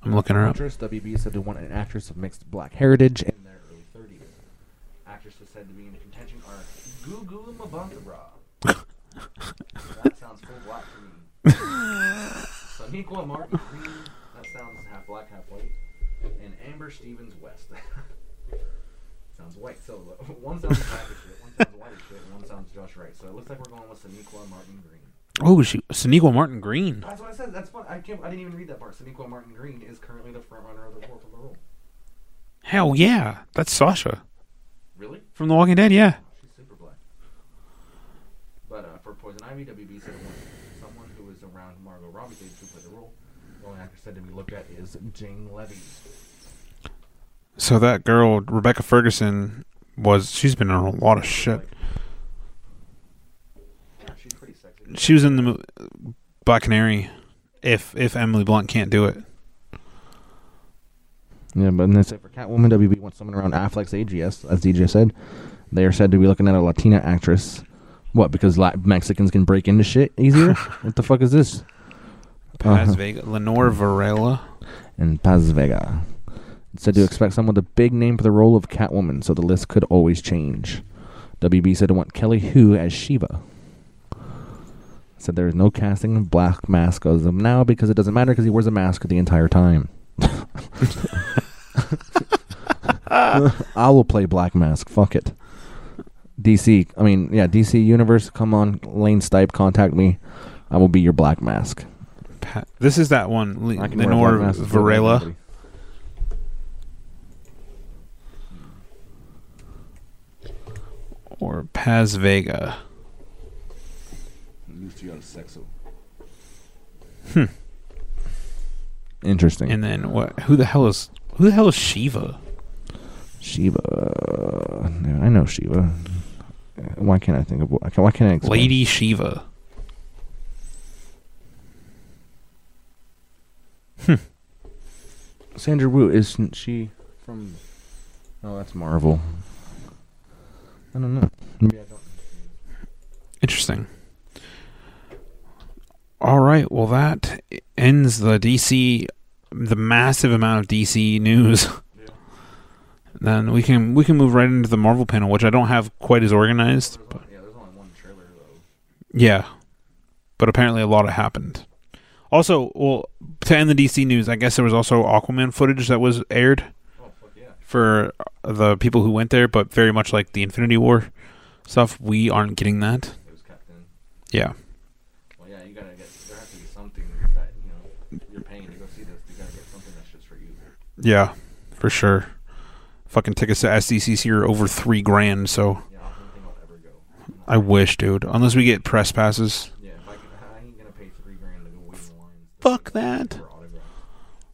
[SPEAKER 3] I'm looking her up.
[SPEAKER 8] Actress WB said to want an actress of mixed black heritage in their early 30s. Actresses said to be in contention are Gugu Mbatha-Raw. that sounds full black to me. Soniqua Martin Green. That sounds half black, half white. And Amber Stevens West. sounds white solo. One sounds black as shit. One sounds white as shit. And one sounds Josh Wright. So it looks like we're going with Soniqua Martin Green.
[SPEAKER 3] Oh, she Sonequa Martin Green.
[SPEAKER 8] That's what I said. That's fun. I can't. I didn't even read that part. Sonequa Martin Green is currently the frontrunner of the War for the Rule.
[SPEAKER 3] Hell yeah, that's Sasha
[SPEAKER 8] Really?
[SPEAKER 3] from The Walking Dead. Yeah,
[SPEAKER 8] She's super black. But uh, for Poison Ivy, WB said one, someone who is around Margot Robbie's age who played the role. The only actor said to be looked at is Jane Levy.
[SPEAKER 3] So that girl, Rebecca Ferguson, was she's been in a lot of shit.
[SPEAKER 8] Yeah, she's pretty sexy.
[SPEAKER 3] She was in the mo- Black Canary. If if Emily Blunt can't do it,
[SPEAKER 8] Yeah, but and that's it for Catwoman. WB wants someone around Affleck's age. Yes, as DJ said, they are said to be looking at a Latina actress. What? Because La- Mexicans can break into shit easier. what the fuck is this?
[SPEAKER 3] Paz
[SPEAKER 8] Uh-huh.
[SPEAKER 3] Vega, Lenore Varela.
[SPEAKER 8] and Paz Vega. It said to expect someone with a big name for the role of Catwoman, so the list could always change. WB said to want Kelly Hu as Shiva. Said there is no casting of Black Mask as of now because it doesn't matter because he wears a mask the entire time. I will play Black Mask. Fuck it. DC, I mean, yeah, DC Universe, come on, Lane Stipe, contact me. I will be your Black Mask.
[SPEAKER 3] Pa- This is that one, Le-
[SPEAKER 8] I can wear a black
[SPEAKER 3] Lenore
[SPEAKER 8] mask as well as
[SPEAKER 3] Varela.
[SPEAKER 8] anybody.
[SPEAKER 3] or Paz Vega.
[SPEAKER 8] Interesting.
[SPEAKER 3] And then what? Who the hell is who the hell is Shiva?
[SPEAKER 8] Shiva. Yeah, I know Shiva. Why can't I think of why can't, why can't I explain?
[SPEAKER 3] Lady Shiva.
[SPEAKER 8] Sandra Wu isn't she from? Oh, that's Marvel. I don't know. Maybe I don't.
[SPEAKER 3] Interesting. All right. Well, that ends the DC, the massive amount of DC news. Then we can we can move right into the Marvel panel, which I don't have quite as organized. But yeah, but apparently a lot happened. Also, well, to end the DC news, I guess there was also Aquaman footage that was aired for the people who went there, but very much like the Infinity War stuff, we aren't getting that.
[SPEAKER 2] It was Captain.
[SPEAKER 3] Yeah.
[SPEAKER 2] Well, yeah, you gotta get. There has to be something that you know you're paying to go see this. You gotta get something that's just for you.
[SPEAKER 3] Yeah, for sure. Fucking tickets to SDCC are over three grand, so
[SPEAKER 2] Yeah, I don't think I'll ever go.
[SPEAKER 3] I wish, dude. Unless we get press passes.
[SPEAKER 2] Yeah, if I, could, I ain't gonna pay three grand to go wait in lines
[SPEAKER 3] Fuck that.
[SPEAKER 2] for autographs.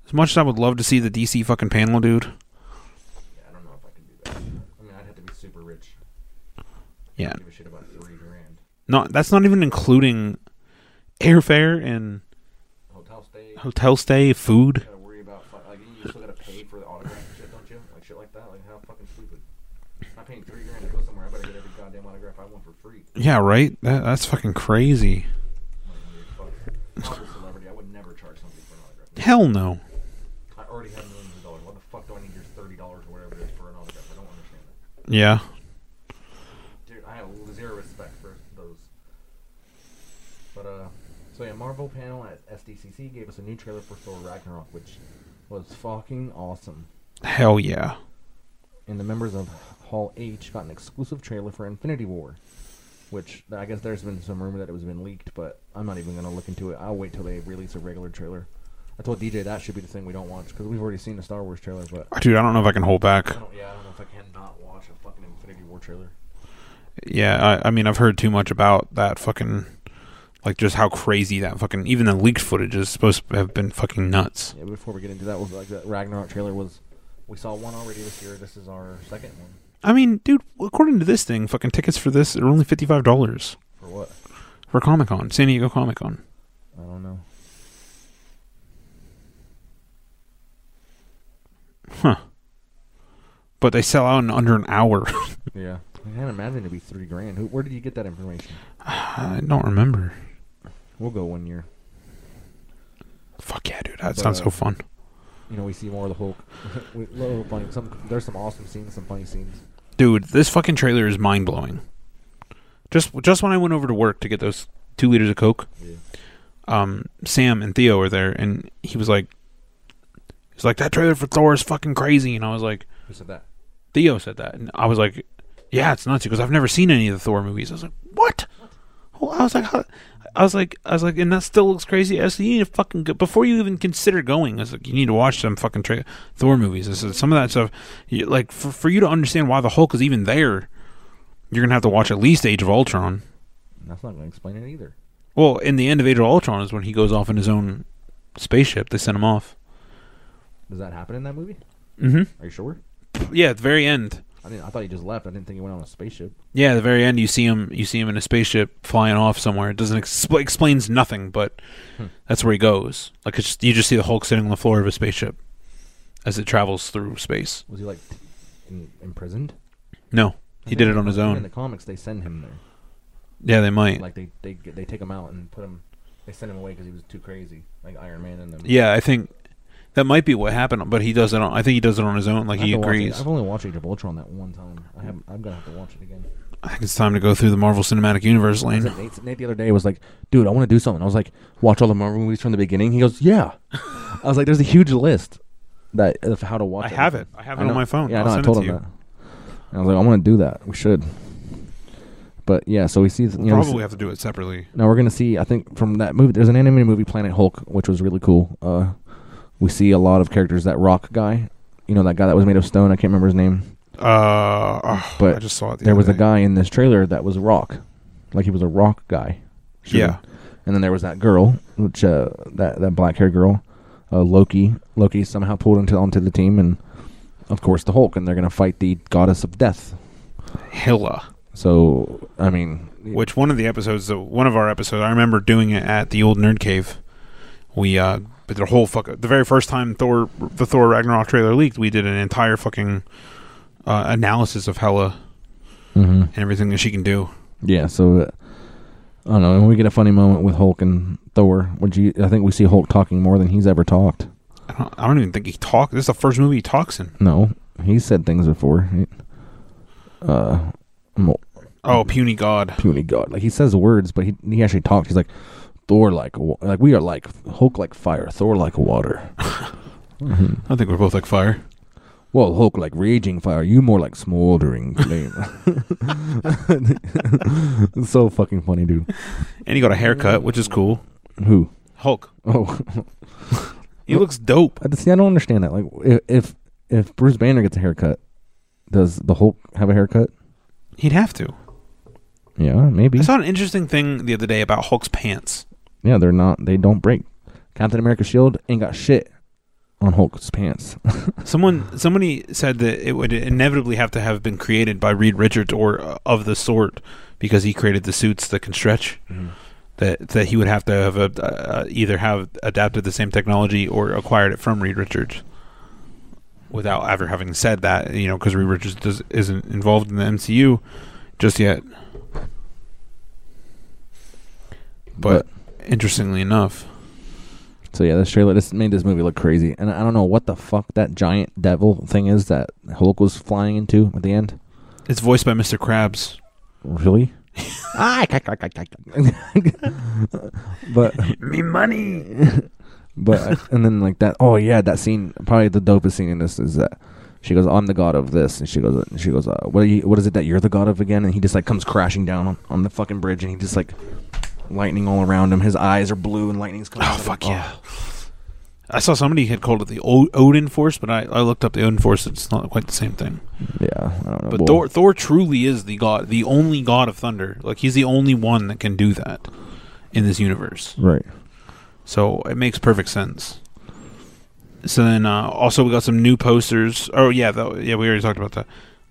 [SPEAKER 3] As much as I would love to see the DC fucking panel, dude.
[SPEAKER 2] Yeah, I don't know if I can do that. I mean, I'd have to be super rich.
[SPEAKER 3] Yeah,
[SPEAKER 2] Give a shit about three grand.
[SPEAKER 3] not that's not even including airfare and
[SPEAKER 2] Hotel stay.
[SPEAKER 3] hotel stay, food.
[SPEAKER 2] Gotta worry about fi- like you still gotta pay for the autograph and shit, don't you? Like shit like that. Like how fucking stupid. I'm paying three grand to go somewhere. I better get every goddamn autograph I want for free.
[SPEAKER 3] Yeah, right. That, that's fucking crazy.
[SPEAKER 2] Fuck. I'm a celebrity. I would never charge somebody for an autograph.
[SPEAKER 3] Hell no.
[SPEAKER 2] I already have millions of dollars. Why the fuck do I need your thirty dollars or whatever it is for an autograph? I don't understand that.
[SPEAKER 3] Yeah,
[SPEAKER 2] Dude, I have zero respect for those. But uh, so yeah, Marvel panel at SDCC gave us a new trailer for Thor Ragnarok, which was fucking awesome.
[SPEAKER 3] hell yeah.
[SPEAKER 8] and the members of Hall H got an exclusive trailer for Infinity War, which I guess there's been some rumor that it was been leaked, but I'm not even gonna look into it. I'll wait till they release a regular trailer. I told DJ that should be the thing we don't watch because we've already seen the Star Wars trailer, but
[SPEAKER 3] Dude, I don't know if I can hold back.
[SPEAKER 8] I don't, Oh, yeah, I don't know if I can not watch a fucking Infinity War trailer.
[SPEAKER 3] Yeah, I, I mean, I've heard too much about that fucking, like, just how crazy that fucking, even the leaked footage is supposed to have been fucking nuts.
[SPEAKER 8] Yeah, before we get into that, was like that Ragnarok trailer was. We saw one already this year. This is our second one.
[SPEAKER 3] I mean, dude, according to this thing, fucking tickets for this are only fifty five dollars
[SPEAKER 8] For what?
[SPEAKER 3] for Comic Con, San Diego Comic Con.
[SPEAKER 8] I don't know.
[SPEAKER 3] But they sell out in under an hour.
[SPEAKER 8] Yeah, I can't imagine it'd be three grand. Who, where did you get that information?
[SPEAKER 3] I don't remember.
[SPEAKER 8] We'll go one year.
[SPEAKER 3] Fuck yeah, dude, that sounds so fun.
[SPEAKER 8] You know, we see more of the Hulk. we little funny. Some there's some awesome scenes, some funny scenes.
[SPEAKER 3] Dude, this fucking trailer is mind blowing. Just just when I went over to work to get those two liters of coke, um, Sam and Theo were there, and he was like, he's like that trailer for Thor is fucking crazy, and I was like,
[SPEAKER 8] Who said that?
[SPEAKER 3] Theo said that, and I was like, "Yeah, it's nuts." because "I've never seen any of the Thor movies." I was like, "What?" Well, I was like, "How-" "I was like, I was like," and that still looks crazy. I said, "You need to fucking go. before you even consider going." I was like, "You need to watch some fucking tra- Thor movies." I said, "Some of that stuff, you, like for for you to understand why the Hulk is even there, you're gonna have to watch at least Age of Ultron."
[SPEAKER 8] That's not going to explain it either.
[SPEAKER 3] Well, in the end of Age of Ultron is when he goes off in his own spaceship. They send him off.
[SPEAKER 8] Does that happen in that movie?
[SPEAKER 3] Mhm.
[SPEAKER 8] Are you sure?
[SPEAKER 3] Yeah, at the very end.
[SPEAKER 8] I didn't. I thought he just left. I didn't think he went on a spaceship.
[SPEAKER 3] Yeah, at the very end, you see him. You see him in a spaceship flying off somewhere. It doesn't expl- explains nothing, but
[SPEAKER 8] Hmm.
[SPEAKER 3] that's where he goes. Like it's just, you just see the Hulk sitting on the floor of a spaceship as it travels through space.
[SPEAKER 8] Was he like t- in, imprisoned?
[SPEAKER 3] No, he did it on his
[SPEAKER 8] In the
[SPEAKER 3] own.
[SPEAKER 8] comics, they send him there.
[SPEAKER 3] Yeah, they might.
[SPEAKER 8] Like they they get- they take him out and put him. They send him away because he was too crazy, like Iron Man and them.
[SPEAKER 3] Yeah, I think that might be what happened. But he does it on. I think he does it on his own. Like
[SPEAKER 8] I have
[SPEAKER 3] he
[SPEAKER 8] to watch it.
[SPEAKER 3] agrees.
[SPEAKER 8] I've only watched Age of Ultron that one time. I haven't. I'm gonna have to watch it again.
[SPEAKER 3] I think it's time to go through the Marvel Cinematic Universe
[SPEAKER 8] I
[SPEAKER 3] lane.
[SPEAKER 8] said, Nate, Nate the other day was like, "Dude, I want to do something." I was like, "Watch all the Marvel movies from the beginning." He goes, "Yeah." I was like, "There's a huge list that of how to watch."
[SPEAKER 3] I have
[SPEAKER 8] everything."
[SPEAKER 3] it. I have it on
[SPEAKER 8] know.
[SPEAKER 3] my phone.
[SPEAKER 8] Yeah,
[SPEAKER 3] I'll
[SPEAKER 8] I know. I
[SPEAKER 3] send it
[SPEAKER 8] told
[SPEAKER 3] to
[SPEAKER 8] him
[SPEAKER 3] you.
[SPEAKER 8] that. And I was like, "I want to do that. We should." But yeah, so we see. You know, we see-
[SPEAKER 3] Probably have to do it separately.
[SPEAKER 8] now we're gonna see. I think from that movie, there's an animated movie, Planet Hulk, which was really cool. Uh, we see a lot of characters. That rock guy, you know, that guy that was made of stone. I can't remember his name,
[SPEAKER 3] Uh, oh,
[SPEAKER 8] but
[SPEAKER 3] I just saw it. The
[SPEAKER 8] there
[SPEAKER 3] other
[SPEAKER 8] was a
[SPEAKER 3] day.
[SPEAKER 8] guy in this trailer that was rock, like he was a rock guy.
[SPEAKER 3] Yeah,
[SPEAKER 8] And then there was that girl, which uh, that that black haired girl, uh, Loki. Loki somehow pulled into onto the team, and of course the Hulk, and they're gonna fight the goddess of death.
[SPEAKER 3] Hilla.
[SPEAKER 8] So I mean,
[SPEAKER 3] which one of the episodes uh, one of our episodes i remember doing it at the old nerd cave we uh but the whole fuck the very first time thor the thor ragnarok trailer leaked we did an entire fucking uh, analysis of hella
[SPEAKER 8] Mhm.
[SPEAKER 3] and everything that she can do
[SPEAKER 8] yeah. So uh, I don't know. And we get a funny moment with Hulk and Thor. Which you, I think we see Hulk talking more than he's ever talked.
[SPEAKER 3] i don't, I don't even think he talks this is the first movie he talks in
[SPEAKER 8] No, he said things before. He- uh, mo-
[SPEAKER 3] oh puny god
[SPEAKER 8] puny god. Like he says words, but he he actually talks. He's like Thor like wa- like we are like Hulk like fire, Thor like water.
[SPEAKER 3] i think we're both like fire
[SPEAKER 8] Well, Hulk like raging fire, you more like smoldering flame. It's so fucking funny, dude.
[SPEAKER 3] and he got a haircut which is cool
[SPEAKER 8] Who?
[SPEAKER 3] hulk
[SPEAKER 8] Oh,
[SPEAKER 3] he looks dope
[SPEAKER 8] I- see, I don't understand that. Like, i- if if Bruce Banner gets a haircut, does the Hulk have a haircut?
[SPEAKER 3] he'd have to
[SPEAKER 8] Yeah, maybe.
[SPEAKER 3] i saw an interesting thing the other day about hulk's pants
[SPEAKER 8] Yeah, they're not. They don't break. Captain America's shield E ain't got shit on Hulk's pants.
[SPEAKER 3] Someone, somebody said that it would inevitably have to have been created by Reed Richards or uh, of the sort, because he created the suits that can stretch. That that he would have to have uh, uh, either have adapted the same technology or acquired it from Reed Richards, without ever having said that, you know, because Reed Richards does, isn't involved in the MCU just yet. But interestingly enough,
[SPEAKER 8] So yeah, this trailer this made this movie look crazy, and I don't know what the fuck that giant devil thing is that Hulk was flying into at the end.
[SPEAKER 3] it's voiced by Mr. Krabs.
[SPEAKER 8] Really?
[SPEAKER 3] Ah,
[SPEAKER 8] but
[SPEAKER 3] Me money.
[SPEAKER 8] but and then like that. Oh yeah, that scene probably the dopest scene in this is that She goes, "I'm the god of this," and she goes, and "She goes, uh, what are you, what is it that you're the god of again?" And he just like comes crashing down on, on the fucking bridge, and he just like lightning all around him. His eyes are blue, and lightning's coming.
[SPEAKER 3] Oh,
[SPEAKER 8] out of him.
[SPEAKER 3] fuck yeah. I saw somebody had called it the o- Odin Force, but I, I looked up the Odin Force. It's not quite the same thing.
[SPEAKER 8] Oh, yeah. I don't know.
[SPEAKER 3] But
[SPEAKER 8] Well,
[SPEAKER 3] Thor, Thor truly is the god, the only god of thunder. Like he's the only one that can do that in this universe.
[SPEAKER 8] right?
[SPEAKER 3] So it makes perfect sense. So then, uh, also we got some new posters. Oh yeah, that, yeah, we already talked about that.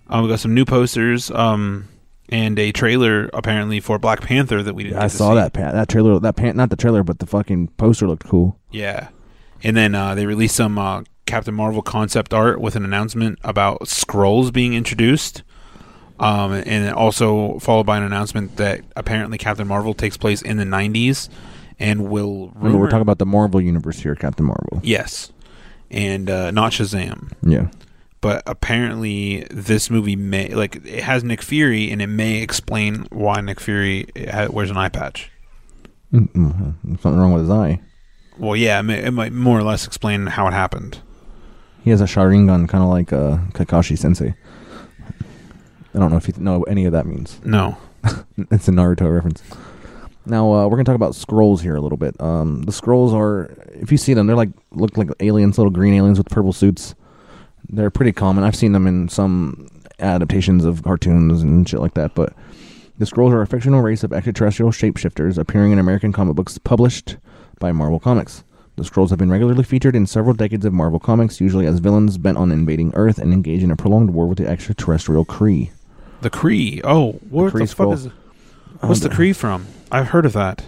[SPEAKER 3] Um, we got some new posters um, and a trailer apparently for Black Panther that we didn't.
[SPEAKER 8] Yeah,
[SPEAKER 3] get
[SPEAKER 8] I
[SPEAKER 3] to
[SPEAKER 8] saw
[SPEAKER 3] see.
[SPEAKER 8] that pa- that trailer. That pan- not the trailer, but the fucking poster looked cool.
[SPEAKER 3] Yeah, and then uh, they released some uh, Captain Marvel concept art with an announcement about scrolls being introduced, um, and it also followed by an announcement that apparently Captain Marvel takes place in the '90s and will.
[SPEAKER 8] Remember, we're
[SPEAKER 3] rumor-
[SPEAKER 8] talking about the Marvel universe here, Captain Marvel.
[SPEAKER 3] yes, and uh, not Shazam.
[SPEAKER 8] Yeah.
[SPEAKER 3] but apparently this movie may like it has Nick Fury and it may explain why Nick Fury ha- wears an eye patch.
[SPEAKER 8] Mm-mm. Mm-hmm. Something wrong with his eye.
[SPEAKER 3] Well, yeah, it, may, it might more or less explain how it happened.
[SPEAKER 8] He has a Sharingan, kind of like uh, Kakashi Sensei. I don't know if you th- know what any of that means.
[SPEAKER 3] No,
[SPEAKER 8] It's a Naruto reference. Now uh, we're gonna talk about scrolls here a little bit. Um, the scrolls are, if you see them, they're like look like aliens, little green aliens with purple suits. They're pretty common. I've seen them in some adaptations of cartoons and shit like that. But the scrolls are a fictional race of extraterrestrial shapeshifters appearing in American comic books published by Marvel Comics. The scrolls have been regularly featured in several decades of Marvel Comics, usually as villains bent on invading Earth and engaged in a prolonged war with the extraterrestrial Kree.
[SPEAKER 3] the Kree. Oh, what the,
[SPEAKER 8] Kree
[SPEAKER 3] fuck
[SPEAKER 8] scroll.
[SPEAKER 3] is? What's the Kree from? I've heard of that.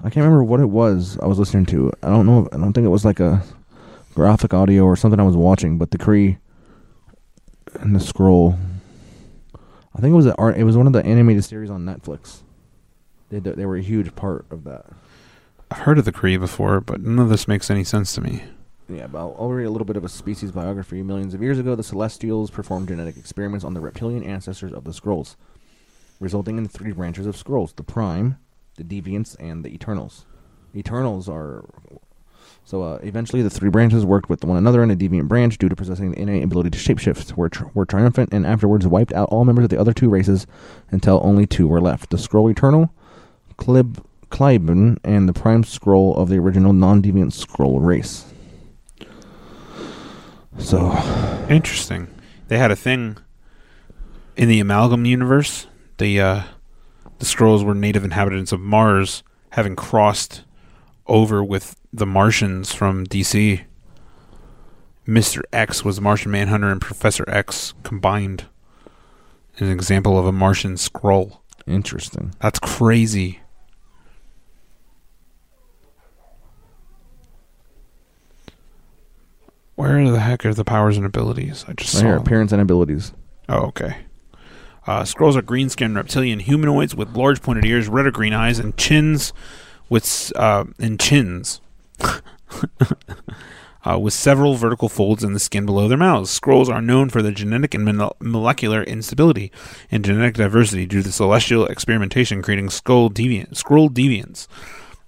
[SPEAKER 8] I can't remember what it was I was listening to. I don't know. I don't think it was like a graphic audio or something I was watching, but the Kree and the scroll. I think it was an art. It was one of the animated series on Netflix. They they they were a huge part of that.
[SPEAKER 3] I've heard of the Kree before, but none of this makes any sense to me.
[SPEAKER 8] Yeah, but I'll, I'll read a little bit of a species biography. Millions of years ago, the Celestials performed genetic experiments on the reptilian ancestors of the Skrulls, resulting in three branches of Skrulls: the Prime, the Deviants, and the Eternals. Eternals are so. Uh, eventually, the three branches worked with one another in a Deviant branch due to possessing the innate ability to shapeshift. Were tr- were triumphant and afterwards wiped out all members of the other two races until only two were left: the Skrull Eternal, Clib. Clyburn and the prime scroll of the original non-deviant scroll race. So
[SPEAKER 3] Interesting. They had a thing in the amalgam universe. The uh, the scrolls were native inhabitants of Mars, having crossed over with the Martians from DC. Mister X was Martian Manhunter and Professor X combined. An example of a Martian scroll.
[SPEAKER 8] interesting.
[SPEAKER 3] That's crazy. Where the heck are the powers and abilities? I just
[SPEAKER 8] Right
[SPEAKER 3] saw
[SPEAKER 8] here,
[SPEAKER 3] them.
[SPEAKER 8] appearance and abilities.
[SPEAKER 3] Oh, okay. Uh, scrolls are green skinned reptilian humanoids with large pointed ears, red or green eyes, and chins with s- uh, and chins uh, with several vertical folds in the skin below their mouths. Scrolls are known for their genetic and mon- molecular instability and genetic diversity due to celestial experimentation, creating skull deviant scroll deviants,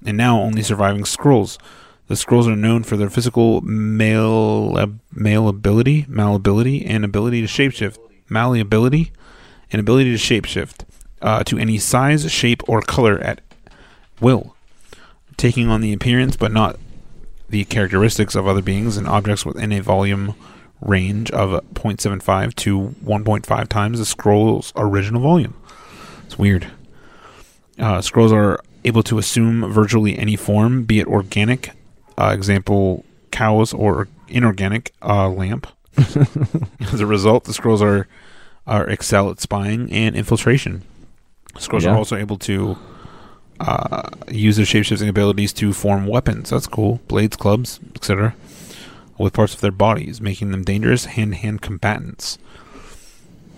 [SPEAKER 3] and now only surviving scrolls. The scrolls are known for their physical mal- malleability, malleability, and ability to shapeshift, malleability, and ability to shapeshift uh, to any size, shape, or color at will, taking on the appearance but not the characteristics of other beings and objects within a volume range of 0.75 to 1.5 times the scroll's original volume. It's weird. Uh, scrolls are able to assume virtually any form, be it organic, uh, example cows, or inorganic uh, lamp. As a result, the scrolls are are excel at spying and infiltration. Scrolls
[SPEAKER 8] Yeah.
[SPEAKER 3] are also able to uh, use their shapeshifting abilities to form weapons. That's cool. Blades, clubs, etc. With parts of their bodies, making them dangerous hand-to-hand combatants.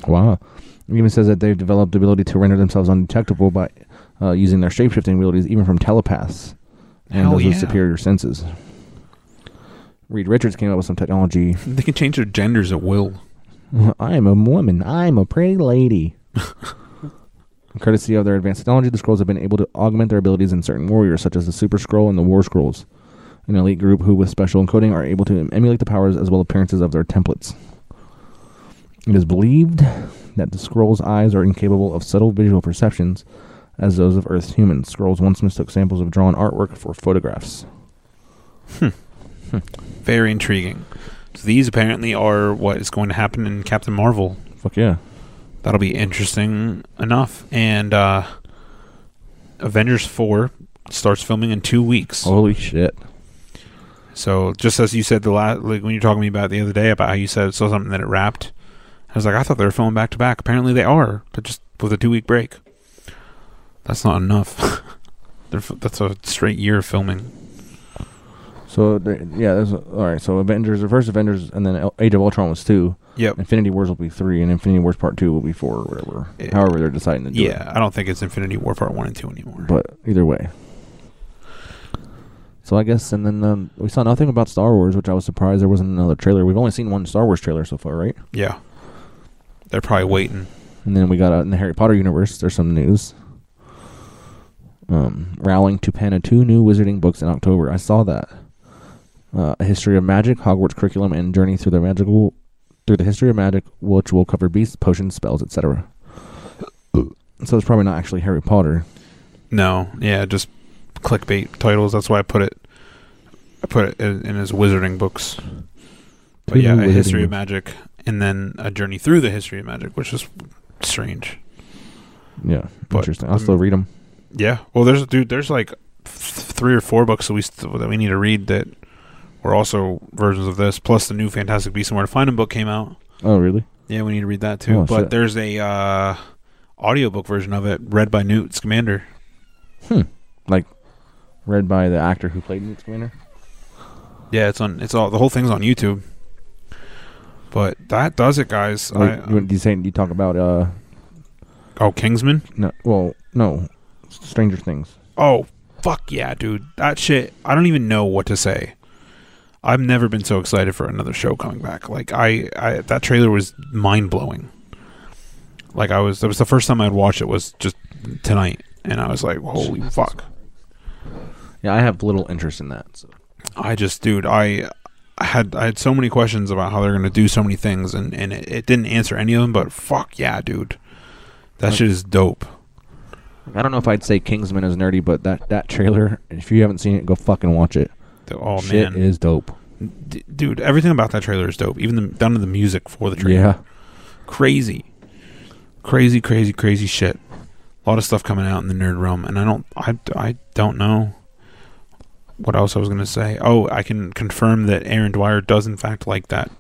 [SPEAKER 8] Wow. It even says that they've developed the ability to render themselves undetectable by uh, using their shapeshifting abilities, even from telepaths and
[SPEAKER 3] Hell
[SPEAKER 8] those with
[SPEAKER 3] yeah.
[SPEAKER 8] superior senses. Reed Richards came up with some technology.
[SPEAKER 3] They can change their genders at will.
[SPEAKER 8] I am a woman. I am a pretty lady. Courtesy of their advanced technology, the scrolls have been able to augment their abilities in certain warriors, such as the Super Scroll and the War Scrolls. An elite group who, with special encoding, are able to emulate the powers as well appearances of their templates. It is believed that the Skrulls' eyes are incapable of subtle visual perceptions as those of Earth's humans. Skrulls once mistook samples of drawn artwork for photographs.
[SPEAKER 3] Very intriguing. So these apparently are what is going to happen in Captain Marvel.
[SPEAKER 8] Fuck yeah.
[SPEAKER 3] That'll be interesting enough. And uh, Avengers 4 starts filming in two weeks.
[SPEAKER 8] Holy shit.
[SPEAKER 3] So just as you said the last, like when you were talking to me about the other day about how you said saw something that it wrapped, I was like, I thought they were filming back to back. Apparently they are, but just with a two week break. That's not enough. They're, f- that's a straight year of filming.
[SPEAKER 8] So, there, yeah, there's, all right. So, Avengers, the first Avengers, and then El- Age of Ultron was two.
[SPEAKER 3] Yep.
[SPEAKER 8] Infinity Wars will be three, and Infinity Wars Part Two will be four, or whatever.
[SPEAKER 3] Yeah.
[SPEAKER 8] However, they're deciding to do it.
[SPEAKER 3] Yeah, I don't think it's Infinity War Part One and Two anymore.
[SPEAKER 8] But either way. So I guess, and then um, we saw nothing about Star Wars, which I was surprised there wasn't another trailer. We've only seen one Star Wars trailer so far, right?
[SPEAKER 3] yeah, they're probably waiting.
[SPEAKER 8] And then we got out in the Harry Potter universe. There's some news. Um, Rowling to pen a two new wizarding books in October. I saw that. Uh, a history of magic, Hogwarts curriculum, and journey through the magical, through the history of magic, which will cover beasts, potions, spells, etc. So it's probably not actually Harry Potter.
[SPEAKER 3] No, yeah, just clickbait titles. That's why I put it. I put it in, in his wizarding books. But
[SPEAKER 8] Two
[SPEAKER 3] yeah,
[SPEAKER 8] new
[SPEAKER 3] a
[SPEAKER 8] wizarding
[SPEAKER 3] history of
[SPEAKER 8] books.
[SPEAKER 3] magic, and then a journey through the history of magic, which is strange.
[SPEAKER 8] Yeah,
[SPEAKER 3] But-
[SPEAKER 8] interesting. I'll still read them.
[SPEAKER 3] Yeah, well, there's dude, there's like th- three or four books that we st- that we need to read that were also versions of this. Plus, the new Fantastic Beasts and Where to Find Them book came out.
[SPEAKER 8] Oh, really?
[SPEAKER 3] Yeah, we need to read that too.
[SPEAKER 8] Oh,
[SPEAKER 3] but
[SPEAKER 8] shit.
[SPEAKER 3] there's a uh, audiobook version of it read by Newt Scamander.
[SPEAKER 8] Read by the actor who played Newt Scamander.
[SPEAKER 3] Yeah, it's on. It's all the whole thing's on YouTube. But that does it, guys.
[SPEAKER 8] Wait,
[SPEAKER 3] I,
[SPEAKER 8] you, you say you talk about uh
[SPEAKER 3] oh, Kingsman.
[SPEAKER 8] no well no Stranger Things.
[SPEAKER 3] Oh, fuck yeah, dude. That shit, I don't even know what to say. I've never been so excited for another show coming back. Like I, I that trailer was mind-blowing. Like I was that was the first time I'd watched it was just tonight and I was like, "Holy fuck."
[SPEAKER 8] Yeah, I have little interest in that. So.
[SPEAKER 3] I just dude, I I had I had so many questions about how they're going to do so many things and and it, it didn't answer any of them, but fuck yeah, dude. That shit is dope.
[SPEAKER 8] I don't know if I'd say Kingsman is nerdy, but that that trailer, if you haven't seen it, go fucking watch it.
[SPEAKER 3] Oh
[SPEAKER 8] Shit
[SPEAKER 3] man.
[SPEAKER 8] is dope.
[SPEAKER 3] D- dude, everything about that trailer is dope. Even the, down to the music for the trailer.
[SPEAKER 8] Yeah.
[SPEAKER 3] crazy, crazy, crazy, crazy shit. A lot of stuff coming out in the nerd realm, and I don't, I, I don't know what else I was gonna say. Oh, I can confirm that Aaron Dwyer does in fact like that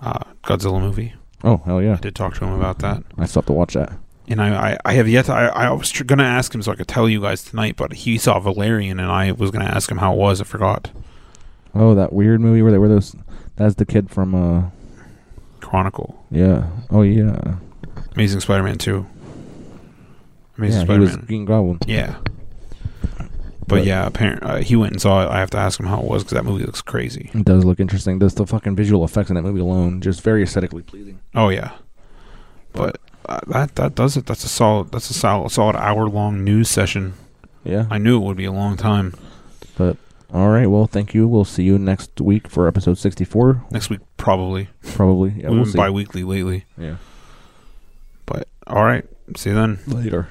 [SPEAKER 3] uh, Godzilla movie.
[SPEAKER 8] Oh hell
[SPEAKER 3] I
[SPEAKER 8] yeah!
[SPEAKER 3] did talk to him about that,
[SPEAKER 8] I still have to watch that.
[SPEAKER 3] and I, I, I have yet to. I, I was tr- gonna ask him so I could tell you guys tonight, but he saw Valerian, and I was gonna ask him how it was. I forgot.
[SPEAKER 8] Oh, that weird movie where they were those. That's the kid from uh
[SPEAKER 3] Chronicle,
[SPEAKER 8] yeah. Oh yeah.
[SPEAKER 3] Amazing Spider-Man two, Amazing
[SPEAKER 8] yeah, he was
[SPEAKER 3] Spider-Man.
[SPEAKER 8] Green Goblin.
[SPEAKER 3] Yeah. But
[SPEAKER 8] But-
[SPEAKER 3] yeah, apparent uh, he went and saw it. I have to ask him how it was because that movie looks crazy.
[SPEAKER 8] It does look interesting. Does the fucking visual effects in that movie alone just very aesthetically pleasing?
[SPEAKER 3] Oh yeah, but uh, that that does it. That's a solid. That's a solid solid hour long news session.
[SPEAKER 8] Yeah.
[SPEAKER 3] I knew it would be a long time.
[SPEAKER 8] But all right, well, thank you. We'll see you next week for episode sixty-four,
[SPEAKER 3] Next week probably.
[SPEAKER 8] probably. Yeah,
[SPEAKER 3] We've
[SPEAKER 8] we'll
[SPEAKER 3] been
[SPEAKER 8] see.
[SPEAKER 3] bi-weekly lately.
[SPEAKER 8] Yeah.
[SPEAKER 3] But all right, see you then.
[SPEAKER 8] Later.